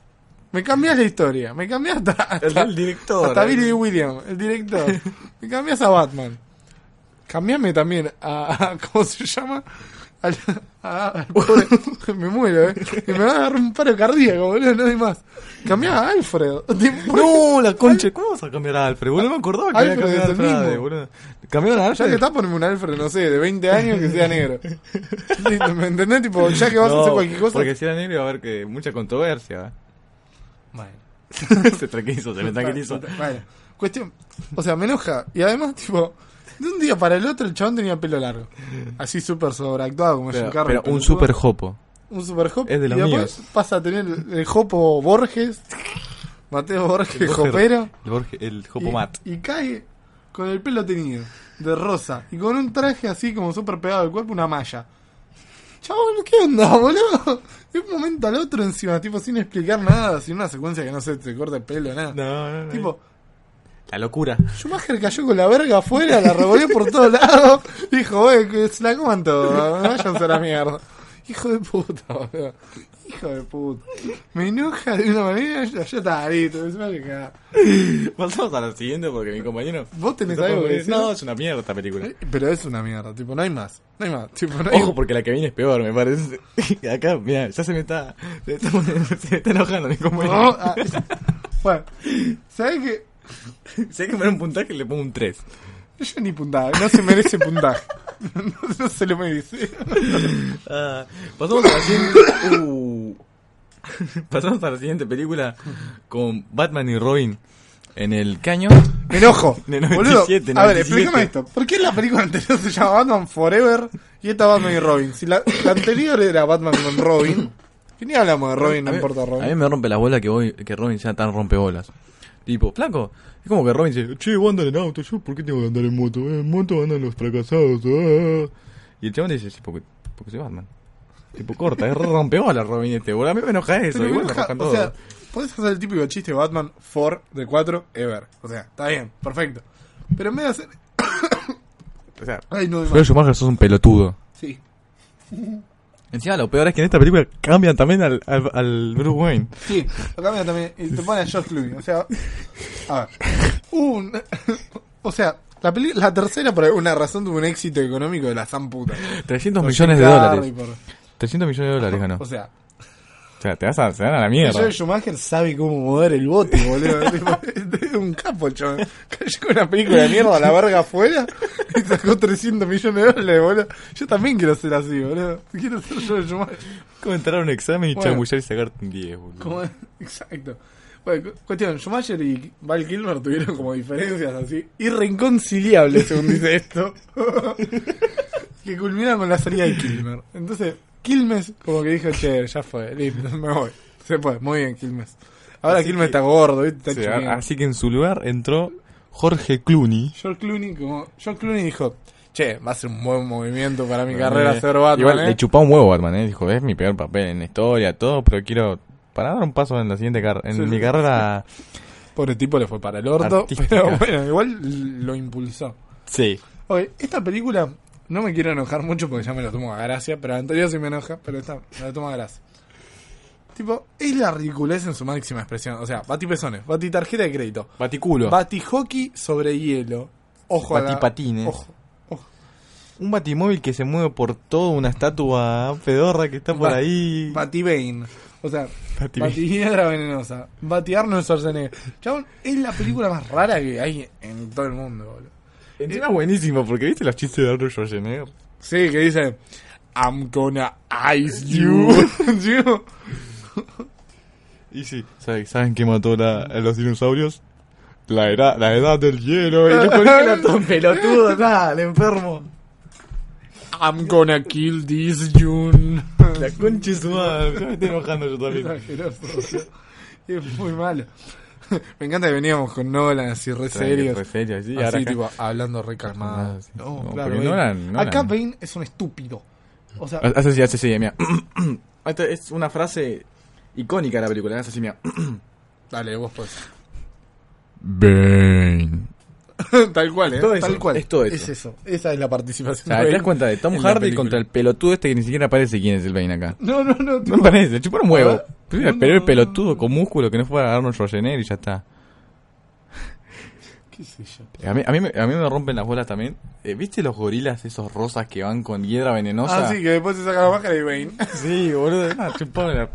D: Me cambias la historia. Me cambias hasta, hasta-
F: El director. eh.
D: hasta Billy William, el director. Me cambias a Batman. Cambiame también a, a- ¿Cómo se llama? Al, a- al pobre- (laughs) me muero, ¿eh? Y me va a dar un paro cardíaco, boludo, no hay más. Cambiás a Alfred. (laughs)
F: No, la concha, ¿cómo vas a cambiar a Alfred? Boludo, no me acordaba que había
D: Alfred
F: cambiado a
D: es el
F: Alfred,
D: mismo.
F: boludo. Cambiaron a
D: Ya
F: Alfred.
D: que está, ponme un Alfred, no sé, de 20 años que sea negro. Listo, ¿Me entendés? Tipo, ya que vas a
F: No,
D: hacer cualquier cosa.
F: Porque si era negro iba a haber que mucha controversia. (laughs) se tranquilizó, se me tranquilizó.
D: Bueno, cuestión. O sea, me enoja. Y además, tipo, de un día para el otro el chabón tenía pelo largo. Así súper sobreactuado como Jim
F: Pero,
D: Carrey.
F: pero un
D: pelotudo.
F: super jopo.
D: Un super hop.
F: es de los
D: y después
F: míos.
D: pasa a tener el, el jopo Borges. Mateo Borges, jopero.
F: El, Borges- el jopo
D: Y,
F: mat.
D: y cae con el pelo teñido, de rosa, y con un traje así como súper pegado al cuerpo, una malla. Chabón, ¿qué onda, boludo? De un momento al otro encima, tipo, sin explicar nada, sin una secuencia que no se te corta el pelo, nada.
F: No, no, no.
D: Tipo, (laughs)
F: La locura.
D: Schumacher cayó con la verga afuera, la revolvió por todos lados, dijo, wey, que se la coman todo, váyanse a la mierda. Hijo de puta, boludo. Hijo de puta. Me enoja de una manera, ya, ya está, listo, me suele cagar.
F: Pasamos a la siguiente porque mi compañero.
D: ¿Vos tenés
F: No,
D: algo que decir? Eh,
F: No, es una mierda esta película.
D: Pero es una mierda, tipo, no hay más. No hay más, tipo, no hay
F: Ojo, porque la que viene es peor, me parece. (laughs) Acá, mira, ya se me está. Se me está, poniendo- se me está (laughs) enojando mi
D: No,
F: compañero.
D: ah, bueno, ¿sabes qué?
F: (laughs) Si hay que poner un puntaje, le pongo un 3.
D: Yo ni puntaje, no se merece puntaje. (laughs) No, no se lo merece.
F: Ah, pasamos a la siguiente. Uh. pasamos a la siguiente película con Batman y Robin en el caño.
D: Me enojo.
F: (laughs) De
D: boludo.
F: 97,
D: A ver,
F: 97.
D: explícame esto. ¿Por qué la película anterior se llama Batman Forever y esta Batman y Robin? Si la, la anterior era Batman con Robin, que ni hablamos de Robin, no importa
F: A mí
D: Robin.
F: me rompe la bola que, voy- que Robin sea tan rompebolas. Tipo, flaco. Es como que Robin dice, che, voy a andar en auto, yo por qué tengo que andar en moto, Eh, en moto andan los fracasados. ah". Y el chabón dice, sí, porque, porque soy Batman. Tipo, corta, es re rompebolas Robin este, boludo. A mí me enoja eso,
D: Pero me
F: igual me
D: enoja,
F: enojan
D: o
F: todos.
D: sea, podés hacer el típico chiste Batman for de 4 ever. O sea, está bien, perfecto. Pero en vez de hacer.
F: O sea,
D: Ay, no,
F: Joel Schumacher sos un pelotudo.
D: sí.
F: Encima lo peor es que en esta película cambian también al, al, al Bruce Wayne.
D: Sí, lo cambia también. Y te pone a George Clooney. O sea, a ver. Un, (laughs) o sea, la, peli- la tercera, por alguna razón, tuvo un éxito económico de la san puta.
F: 300 millones de
D: Jim
F: dólares.
D: Carrey, por-
F: 300 millones de dólares (laughs) ganó.
D: O sea,
F: O sea, te vas a, se van a la mierda.
D: Joel Schumacher sabe cómo mover el bote, boludo. (laughs) Tipo, este es un capo, chaval. Cayó con una película de mierda a la verga afuera y sacó 300 millones de dólares, boludo. Yo también quiero ser así, boludo. Quiero ser Joel Schumacher.
F: Como entrar a un examen y
D: Bueno.
F: chamullar y sacarte un 10, boludo.
D: Como- (laughs) Exacto. Bueno, cu- cuestión, Schumacher y Val Kilmer tuvieron como diferencias así irreconciliables, según
F: (laughs)
D: dice esto, (laughs) que culminan con la salida de Kilmer. Entonces, Kilmes como que dijo, che, ya fue, listo, (laughs) me voy. Se fue, muy bien, Kilmes. Ahora Kilmes está gordo, ¿viste? está
F: Sí, a-
D: chiquito.
F: así que en su lugar entró Jorge Clooney.
D: George Clooney, como, George Clooney dijo, che, va a ser un buen movimiento para mi
F: Eh,
D: carrera ser Batman,
F: Igual
D: ¿eh?".
F: le chupó un huevo Batman, ¿eh? Dijo, es mi peor papel en la historia, todo, pero quiero... Para dar un paso en la siguiente carrera, en
D: Sí,
F: mi
D: sí.
F: carrera...
D: Pobre tipo le fue para el orto,
F: Artística.
D: pero bueno, igual lo impulsó.
F: Sí.
D: Oye, esta película no me quiero enojar mucho porque ya me la tomo a gracia, pero la anterior sí me enoja, pero esta me la tomo a gracia. Tipo, es la ridiculez en su máxima expresión. O sea, bati pezones, bati tarjeta de crédito,
F: Baticulo.
D: bati hockey sobre hielo, ojo a la-
F: Batipatines.
D: Ojo.
F: un batimóvil que se mueve por toda una estatua pedorra que está por
D: Ba-
F: ahí.
D: Bati Bane. O sea,
F: Bati Bane.
D: bati piedra venenosa, bati Arnold Schwarzenegger. Chabón, es la película más rara que hay en todo el mundo, boludo.
F: Encima buenísimo, porque viste los chistes de Arnold Schwarzenegger.
D: Sí, que dice I'm gonna ice (laughs) you. Yo-
F: Y sí, ¿saben, saben qué mató la- a los dinosaurios? La edad, la edad del hielo. Y
D: (laughs)
F: los
D: era tan pelotudo, dale, enfermo. I'm gonna kill this June.
F: la concha de su madre. Ya me estoy enojando yo también.
D: (laughs) es muy malo. Me encanta que veníamos con Nolan así re serios.
F: Fue serio,
D: así,
F: sí. pues. ahora acá-
D: tipo, hablando re calmado. eh.
F: Ah, sí. No, porque Nolan- Ah. Nolan-
D: Acá Bane es un estúpido. O sea,
F: Hace así, hace así, mira. (clears throat) Esta es una frase icónica de la película. Hace así, mira.
D: dale, vos pues.
F: (clears throat)
D: (laughs)
F: Bane.
D: tal cual, ¿eh?
F: Todo eso,
D: tal cual.
F: es todo eso.
D: Es eso. Esa es la participación
F: O sea,
D: de
F: te das
D: Bane
F: cuenta de Tom
D: en la
F: Hardy
D: película.
F: contra el pelotudo este que ni siquiera aparece quién es el Bane acá.
D: No, no, no.
F: No parece, chupar un huevo.
D: Ah,
F: Pero
D: no,
F: el
D: no,
F: pelotudo con músculo que no fuera Arnold Schwarzenegger y ya está.
D: (laughs) ¿Qué sé yo?
F: A mí, a mí, me- a mí me rompen las bolas también. Eh, ¿Viste los gorilas esos rosas que van con hiedra venenosa?
D: ah, sí, que después se saca la máscara y Bane.
F: Sí, boludo. No, chupame la...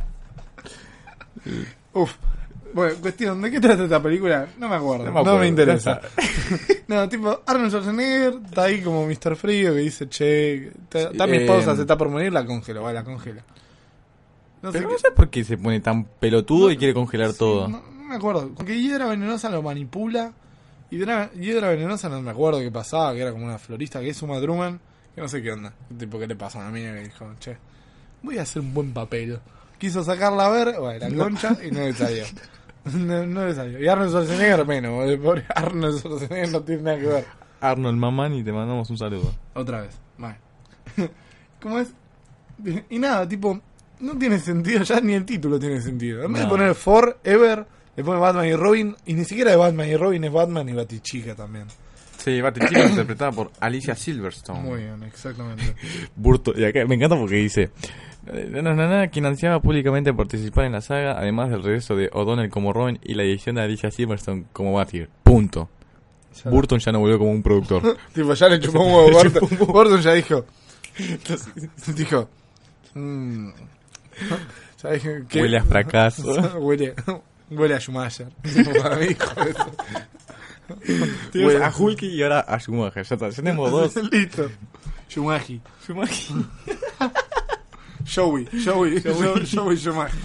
D: Uf. Bueno, cuestión, ¿de qué trata esta película? No me acuerdo, no
F: No
D: me,
F: me acuerdo,
D: interesa.
F: ya
D: no, tipo, Arnold Schwarzenegger está ahí como Mr. Frío que dice, che, está, está mi
F: eh,
D: esposa, se está por morir, la congelo, va, la congela. No sé
F: (laughs) Pero
D: qué-
F: no sé por qué se pone tan pelotudo y quiere congelar todo.
D: no, no me acuerdo, porque Hiedra Venenosa lo manipula. Hiedra, Hiedra Venenosa no me acuerdo qué pasaba, que era como una florista que es Uma Truman, que no sé qué onda. Tipo, ¿qué le pasó a una mina que dijo, che, voy a hacer un buen papel? Quiso sacarla a ver, bueno, la concha, y no le salió. (laughs) No, no le salió. Y Arnold Schwarzenegger menos, el pobre Arnold Schwarzenegger no tiene nada que ver.
F: Arnold Mamani, te mandamos un saludo.
D: Otra vez. Vale. (laughs) ¿Cómo es? Y nada, tipo, no tiene sentido, ya ni el título tiene sentido. En vez de
F: No.
D: poner Forever, le pone Batman y Robin, y ni siquiera de Batman y Robin es Batman y Batichica también.
F: Sí, Batichica interpretada por Alicia Silverstone.
D: Muy bien, exactamente.
F: Burto. Y acá me encanta porque dice: "Na, na, na, na, quien ansiaba públicamente participar en la saga, además del regreso de O'Donnell como Robin y la edición de Alicia Silverstone como Batir. Punto. Burton ya no volvió como
D: (laughs)
F: un productor.
D: (laughs) tipo, ya le chupó un huevo a Burton. Burton ya dijo. dijo. mm, ya dijo que-
F: Huele
D: (laughs)
F: a fracaso.
D: huele, (laughs) huele a Schumacher. Para mí, hijo (laughs) de eso.
F: Tienes
D: Huele-
F: a Hulk y ahora a Schumacher. Ya, está, ya tenemos (laughs) dos.
D: (laughs) Listo. Schumacher. (laughs)
F: Schumacher.
D: Joey, Joey, Joey, Joey Schumacher.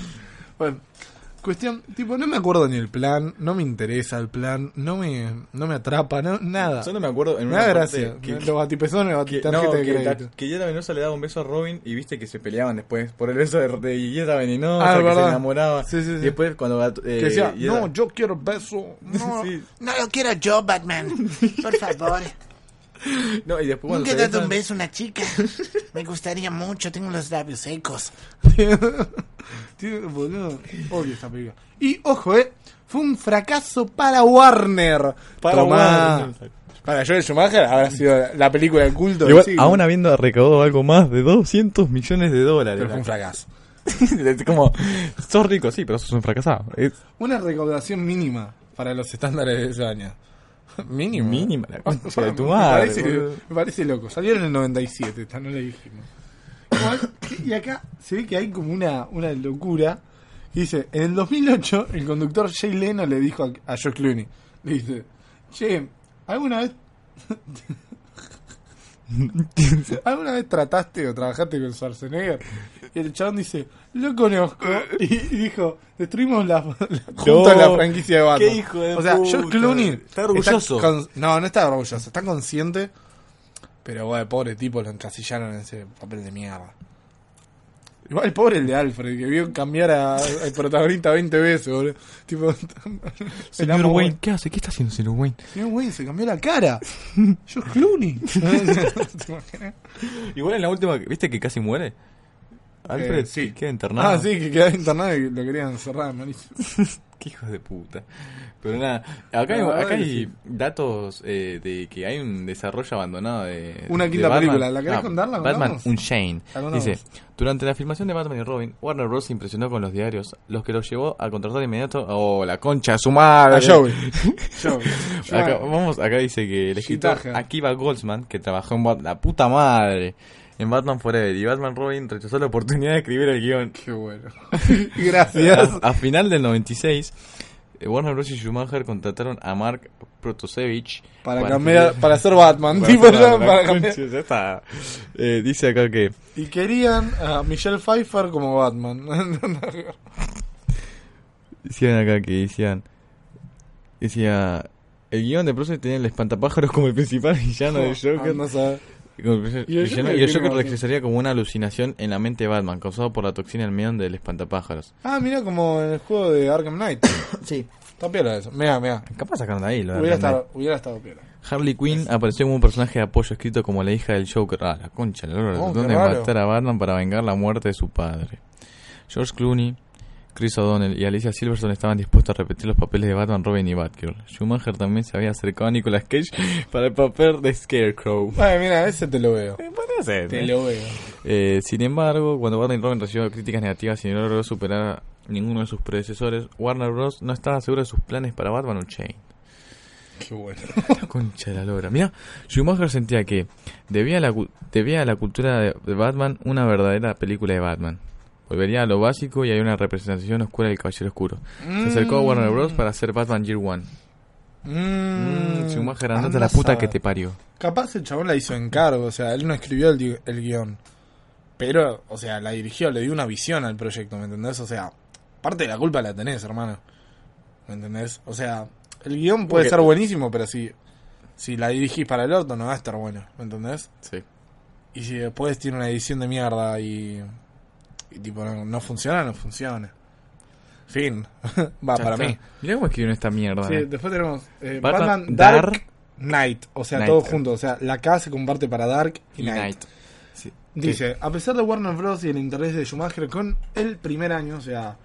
D: Bueno, cuestión, tipo, no me acuerdo ni el plan, no me interesa el plan, no me, no me atrapa, no, nada.
F: Solo me acuerdo en
D: me
F: una
D: da
F: parte
D: gracia.
F: que-
D: Los batipezones,
F: que,
D: batitarjeta
F: no,
D: de
F: que, la,
D: crédito.
F: que Hiedra Venenosa le daba un beso a Robin y viste que se peleaban después por el beso de, de Hiedra Venenosa,
D: Ah,
F: que
D: verdad.
F: se enamoraba.
D: Sí, sí, sí.
F: Y después cuando... eh,
D: que decía,
F: Hiedra-
D: no, yo quiero
F: (laughs)
D: beso. No.
F: Sí.
E: No lo quiero yo, Batman. Por
F: (laughs)
E: favor.
F: No, y después cuando
E: Nunca he
F: se
E: dado
F: besan-
E: un beso a una chica. Me gustaría mucho, tengo los labios secos.
D: Tiene- boludo, odio esta película. Y ojo, eh, fue un fracaso para Warner.
F: Para
D: Tomá.
F: Warner.
D: Para Joel Schumacher habrá sido la película de culto. del
F: Igual,
D: siglo.
F: aún habiendo recaudado algo más de 200 millones de dólares.
D: Pero fue un fracaso.
F: Es como, sos rico, sí, pero sos un fracasado. Es
D: Una recaudación mínima para los estándares de ese año. (laughs) Mínimo.
F: mínima la concha (laughs) de tu
D: Me
F: madre.
D: parece,
F: boludo.
D: me parece loco. Salieron en el 97, esta no le dijimos. Igual, Y acá se ve que hay como una, una locura. que dice, en el 2008 el conductor Jay Leno le dijo a, a Joe Clooney, le dice, che, ¿alguna vez... (laughs) ¿Alguna vez trataste o trabajaste con Schwarzenegger? Y el chabón dice, lo conozco. Y, y dijo, destruimos la, la- junto a la franquicia de Batman.
G: qué hijo de
D: o sea, George
G: puta.
D: Clooney...
G: Está orgulloso.
D: con- no, no está orgulloso, está consciente. Pero, bueno, pobre tipo, lo encasillaron en ese papel de mierda. Igual pobre el de Alfred, que vio cambiar a- al protagonista 20 veces, boludo. Tipo, (laughs)
F: Señor Wayne, ¿qué hace? ¿Qué está haciendo señor Wayne?
D: Señor Wayne se cambió la
F: (laughs)
D: cara. George Clooney. ¿Te imaginas?
F: Igual en la última, ¿viste que casi muere? Alfred
D: Eh, sí.
F: queda internado.
D: Ah, sí, que quedaba internado y lo querían encerrar, malísimo.
F: Qué hijos de puta. Pero nada, acá,
D: No,
F: hay, acá
D: ahora
F: hay
D: Ah, sí.
F: datos eh, de que hay un desarrollo abandonado de.
D: Una
F: de
D: quinta
F: Batman. Ah,
D: película, ¿la querés contar? ¿La
F: Batman
D: contamos?
F: Unchained.
D: La contamos.
F: Dice: Durante la filmación de Batman y Robin, Warner Bros. se impresionó con los diarios, los que los llevó a contratar de inmediato. ¡Oh, la concha de su madre!
D: A
F: (laughs)
D: Joey. Joey.
F: Ah, Acá, vamos, acá dice que el escritor
D: Shitaja.
F: Akiva Goldsman, que trabajó en Bat- la puta madre en Batman Forever y Batman Robin, rechazó la oportunidad de escribir el guión.
D: Qué bueno. (laughs) Gracias.
F: A, a final del 96, eh, Warner Bros. y Schumacher contrataron a Mark Protosevich
D: Para cambiar, para ser Batman. (laughs)
F: para
D: tipo,
F: hacer
D: ya,
F: la- la
D: para
F: concha,
D: cambiar.
F: ya está. Eh, dice acá que
D: Y querían a Michelle Pfeiffer como Batman. (laughs)
F: decían acá que decían decía el guión de Prose tenía el espantapájaros como el principal (laughs) villano
D: (laughs)
F: de Joker.
D: Ah, No sabe.
F: Como el villano-
D: Y el Joker
F: y el Joker
D: tiene-
F: regresaría como una alucinación en la mente de Batman, causado por la toxina del meón del espantapájaros.
D: Ah, mira como en el juego de Arkham Knight.
F: Sí.
D: Está piola eso. Mira, mira.
F: Capaz sacaron de ahí, lo de
D: Hubiera
F: Batman.
D: estado, hubiera estado piola.
F: Harley Quinn apareció como un personaje de apoyo escrito como la hija del Joker. Ah, la concha, la lora,
D: Oh, qué
F: donde
D: raro.
F: matar a Batman para vengar la muerte de su padre. George Clooney, Chris O'Donnell y Alicia Silverstone estaban dispuestos a repetir los papeles de Batman, Robin y Batgirl. Schumacher también se había acercado a Nicolas Cage para el papel de
D: (laughs)
F: Scarecrow.
D: Bueno, mira, ese te lo veo.
F: Eh, podría ser,
D: Te
F: ¿eh?
D: lo veo.
F: Eh, sin embargo, cuando Batman y Robin recibió críticas negativas y no logró superar ninguno de sus predecesores, Warner Bros. no estaba seguro de sus planes para Batman Unchained.
D: Qué bueno.
F: La concha de la lora. Mira, Schumacher sentía que debía a la, cu- debía a la cultura de, de Batman una verdadera película de Batman. Volvería a lo básico y hay una representación oscura del Caballero Oscuro. Se acercó a Warner Bros. para hacer Batman Year One.
D: Mmm.
F: Mm, Schumacher, andate a la puta que te parió.
D: Capaz el chabón la hizo encargo, o sea, él no escribió el, di- el guión. Pero, o sea, la dirigió, le dio una visión al proyecto, ¿me entendés? O sea, parte de la culpa la tenés, hermano. ¿Me entendés? O sea, el guión puede
F: Porque-
D: ser buenísimo, pero si, si la dirigís para el orto no va a estar bueno, ¿me entendés?
F: Sí.
D: Y si después tiene una edición de mierda y, y tipo, no, no funciona, no funciona. Fin. (laughs) va, para mí.
F: Ah, Mirá cómo escribieron esta mierda.
D: Sí,
F: eh.
D: después tenemos eh,
F: Batman,
D: Batman, Dark,
F: Dark,
D: Knight. O sea,
F: Knight.
D: todo junto. O sea, la K se comparte para Dark y
F: Y
D: Knight.
F: Knight. Sí.
D: Dice, a pesar de Warner Bros. y el interés de Schumacher con el primer año, o sea...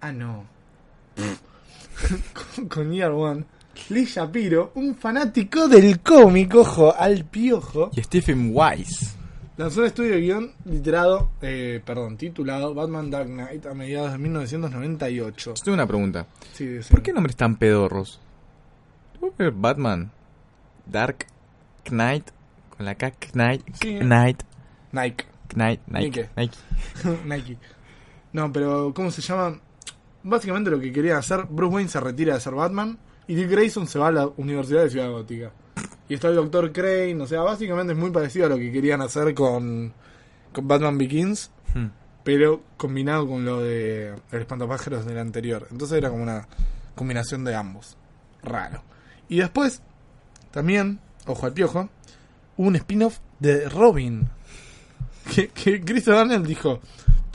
D: Ah, no. (laughs) con, con Year One, Lee Shapiro, un fanático del cómic, ojo, al piojo,
F: Y Stephen Wise.
D: lanzó un estudio de guión literado, eh, perdón, titulado Batman Dark Knight a mediados de 1998.
F: Yo tengo una pregunta.
D: Sí, dice.
F: ¿Por qué nombres tan pedorros? ¿Vos ves Batman, Dark, Knight, con la K Knight,
D: Sí.
F: Knight,
D: Nike.
F: Knight, Nike,
D: Nike.
F: Nike.
D: Nike. No, pero ¿cómo se llama? Básicamente lo que quería hacer, Bruce Wayne se retira de ser Batman y Dick Grayson se va a la Universidad de Ciudad Gótica. Y está el Doctor Crane, o sea, básicamente es muy parecido a lo que querían hacer con, con Batman Begins,
F: Hmm.
D: pero combinado con lo de El Espantapájaros del anterior. Entonces era como una combinación de ambos. Raro. Y después, también, ojo al piojo, hubo un spin-off de Robin. (laughs) Que, que Chris O'Donnell dijo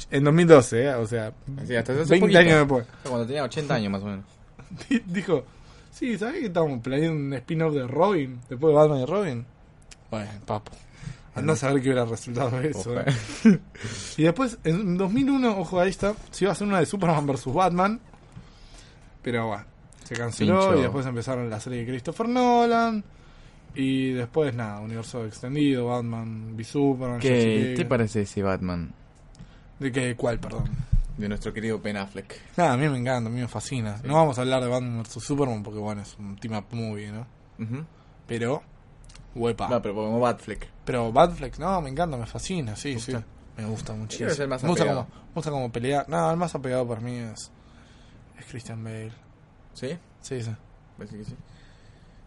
D: en 2012, ¿eh? o sea,
F: Sí, hasta hace
D: 20
F: poquito.
D: años después.
F: Cuando tenía 80 años más o menos.
D: (laughs) Di- Dijo, sí, ¿sabés que estamos planeando un spin-off de Robin? Después de Batman y Robin. Bueno, papo. A no saber qué hubiera resultado de eso.
F: Ojalá.
D: ¿eh? (laughs) y después, en 2001, ojo, ahí está, se iba a hacer una de Superman vs. Batman. Pero bueno, se canceló
F: Pincho.
D: y después empezaron la serie de Christopher Nolan. Y después, nada, universo extendido, Batman v Superman.
F: ¿Qué
D: Justice
F: te
D: League.
F: parece ese Batman
D: ¿De qué? ¿Cuál, perdón?
F: de nuestro querido Ben Affleck?
D: Nada, a mí me encanta, a mí me fascina. No vamos a hablar de Batman vs. Superman porque, bueno, es un team-up movie, ¿no? Pero, huepa.
F: No, pero como Batfleck.
D: Pero Batflex, no, me encanta, me fascina, sí,
F: gusta?
D: sí. Me gusta muchísimo.
F: es el más
D: me, gusta como,
F: apegado.
D: me gusta como pelear. No, el más apegado para mí es, es Christian Bale.
F: ¿Sí?
D: Sí, sí.
F: Parece que sí.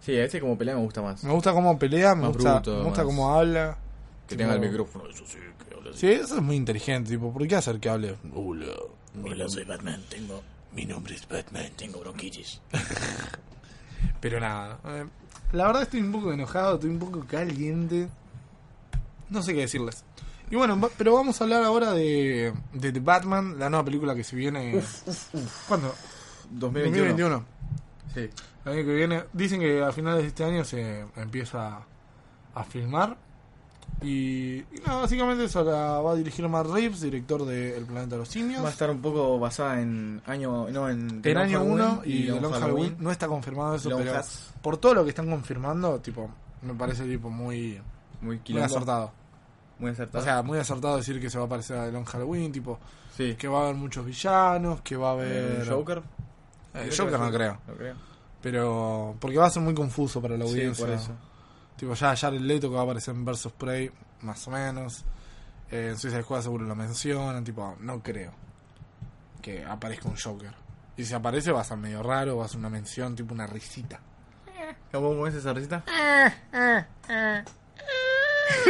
C: Sí, a ese como pelea me gusta más.
D: Me gusta cómo pelea, me
C: Más
D: gusta,
C: bruto,
D: me gusta
C: más-
D: cómo habla.
C: Que tenga el
D: Tipo-
C: micrófono, eso sí, que hable así.
D: Sí, eso es muy inteligente, tipo, ¿por qué hacer que hable? Uh, Hola.
E: Hola, soy Batman. Tengo. Mi nombre es Batman. Tengo bronquitis.
D: (laughs) Pero nada. eh, la verdad estoy un poco enojado, estoy un poco caliente. No sé qué decirles. Y bueno, va- pero vamos a hablar ahora de, de The Batman, la nueva película que se viene. ¿Cuándo?
C: 2021.
D: 2021.
C: Sí.
D: El año que viene. Dicen que a finales de este año se empieza a filmar. Y, y nada, básicamente eso la va a dirigir Matt Reeves, director de El Planeta de los Simios.
C: Va a estar un poco basada en año. No, en.
D: En
C: Long
D: año
C: Halloween
D: 1 y
C: Long
D: de Long Halloween. No está confirmado eso,
C: Long
D: pero
C: Hats.
D: por todo lo que están confirmando, tipo, me parece tipo muy,
C: Muy
D: muy
C: quilombo.
D: acertado.
C: Muy
D: O
C: acertado.
D: sea, muy acertado decir que se va a parecer a The Long Halloween, tipo,
C: sí.
D: que va a haber muchos villanos, que va a haber...
C: Eh, Joker.
D: Eh, Joker no creo.
C: No creo.
D: Pero... Porque va a ser muy confuso para la
C: Sí,
D: audiencia.
C: por eso.
D: Tipo, ya Jared Leto que va a aparecer en Versus Prey, más o menos. Eh, en Suicide Squad seguro lo mencionan. Tipo, no creo que aparezca un Joker. Y si aparece va a ser medio raro, va a ser una mención, tipo una risita. (laughs)
C: ¿Cómo es esa receta?
D: Ah.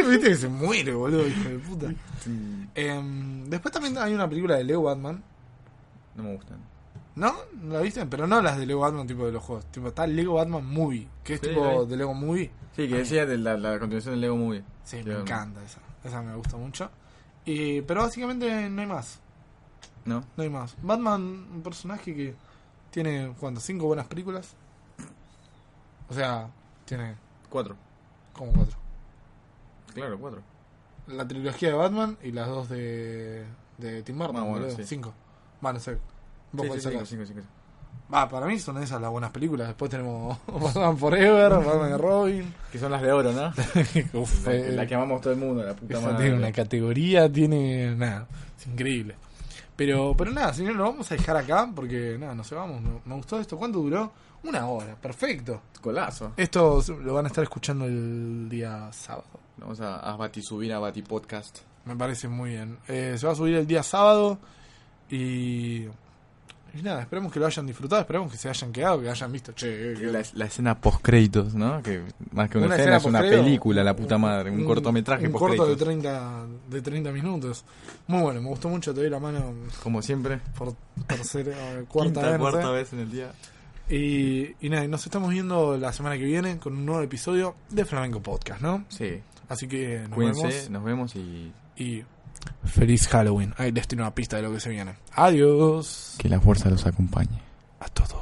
D: Viste que se muere, boludo, hijo de puta. Em, después también hay una película de Leo Batman.
C: No me gustan.
D: ¿No? ¿No ¿La viste? Pero no las de Lego Batman tipo de los juegos. Tipo, está Lego Batman Movie, que es
C: Sí, la
D: tipo
C: vi.
D: de Lego Movie.
C: Sí, que decía de la, la continuación del Lego Movie.
D: Ah. Sí, me
C: Claro.
D: encanta esa. Esa me gusta mucho. Y- pero básicamente no hay más.
C: ¿No?
D: No hay más. Batman, un personaje que tiene, ¿cuánto? ¿Cinco buenas películas? O sea, tiene
C: Cuatro.
D: como cuatro.
C: Claro, cuatro.
D: La trilogía de Batman y las dos de, de Tim Burton.
C: Ah, bueno,
D: boludo.
C: sí.
D: Cinco. Bueno, sé. Vos
C: Sí,
D: cuál
C: sí, cinco,
D: sacás.
C: cinco, cinco.
D: Va, para mí son esas las buenas películas. Después tenemos (laughs) Batman Forever, Batman y Robin.
C: (laughs) Que son las de oro, ¿no?
D: Uf,
C: la,
D: eh,
C: la que amamos todo el mundo, la puta
D: esa
C: madre.
D: tiene una categoría, tiene. Nada, es increíble. Pero, pero nada, señor, lo vamos a dejar acá porque nada, nos vamos. Me, me gustó esto. ¿Cuánto duró? Una hora, perfecto.
C: Colazo.
D: Esto se- lo van a estar escuchando el día sábado.
C: Vamos a, a batisubir a Batipodcast.
D: Me parece muy bien. Eh, se va a subir el día sábado y. Y nada, esperemos que lo hayan disfrutado, esperemos que se hayan quedado, que hayan visto. Che, eh,
C: La, la escena post-créditos, ¿no? Que más que una,
D: Una
C: escena,
D: escena
C: es una
D: post-crédito.
C: película, la puta madre. Un, cortometraje
D: Un corto de
C: post-créditos.
D: 30, de 30 minutos. Muy bueno, me gustó mucho. Te doy la mano
C: Como siempre.
D: por tercera, eh, cuarta
C: Quinta,
D: vez. no sé.
C: cuarta vez en el día.
D: Y, y nada, y nos estamos viendo la semana que viene con un nuevo episodio de Flamenco Podcast, ¿no?
C: Sí.
D: Así que nos
C: Cuídense,
D: vemos
C: nos vemos y
D: y feliz Halloween. Ahí les tiro una pista de lo que se viene. Adiós
C: que la fuerza los acompañe.
D: a todos.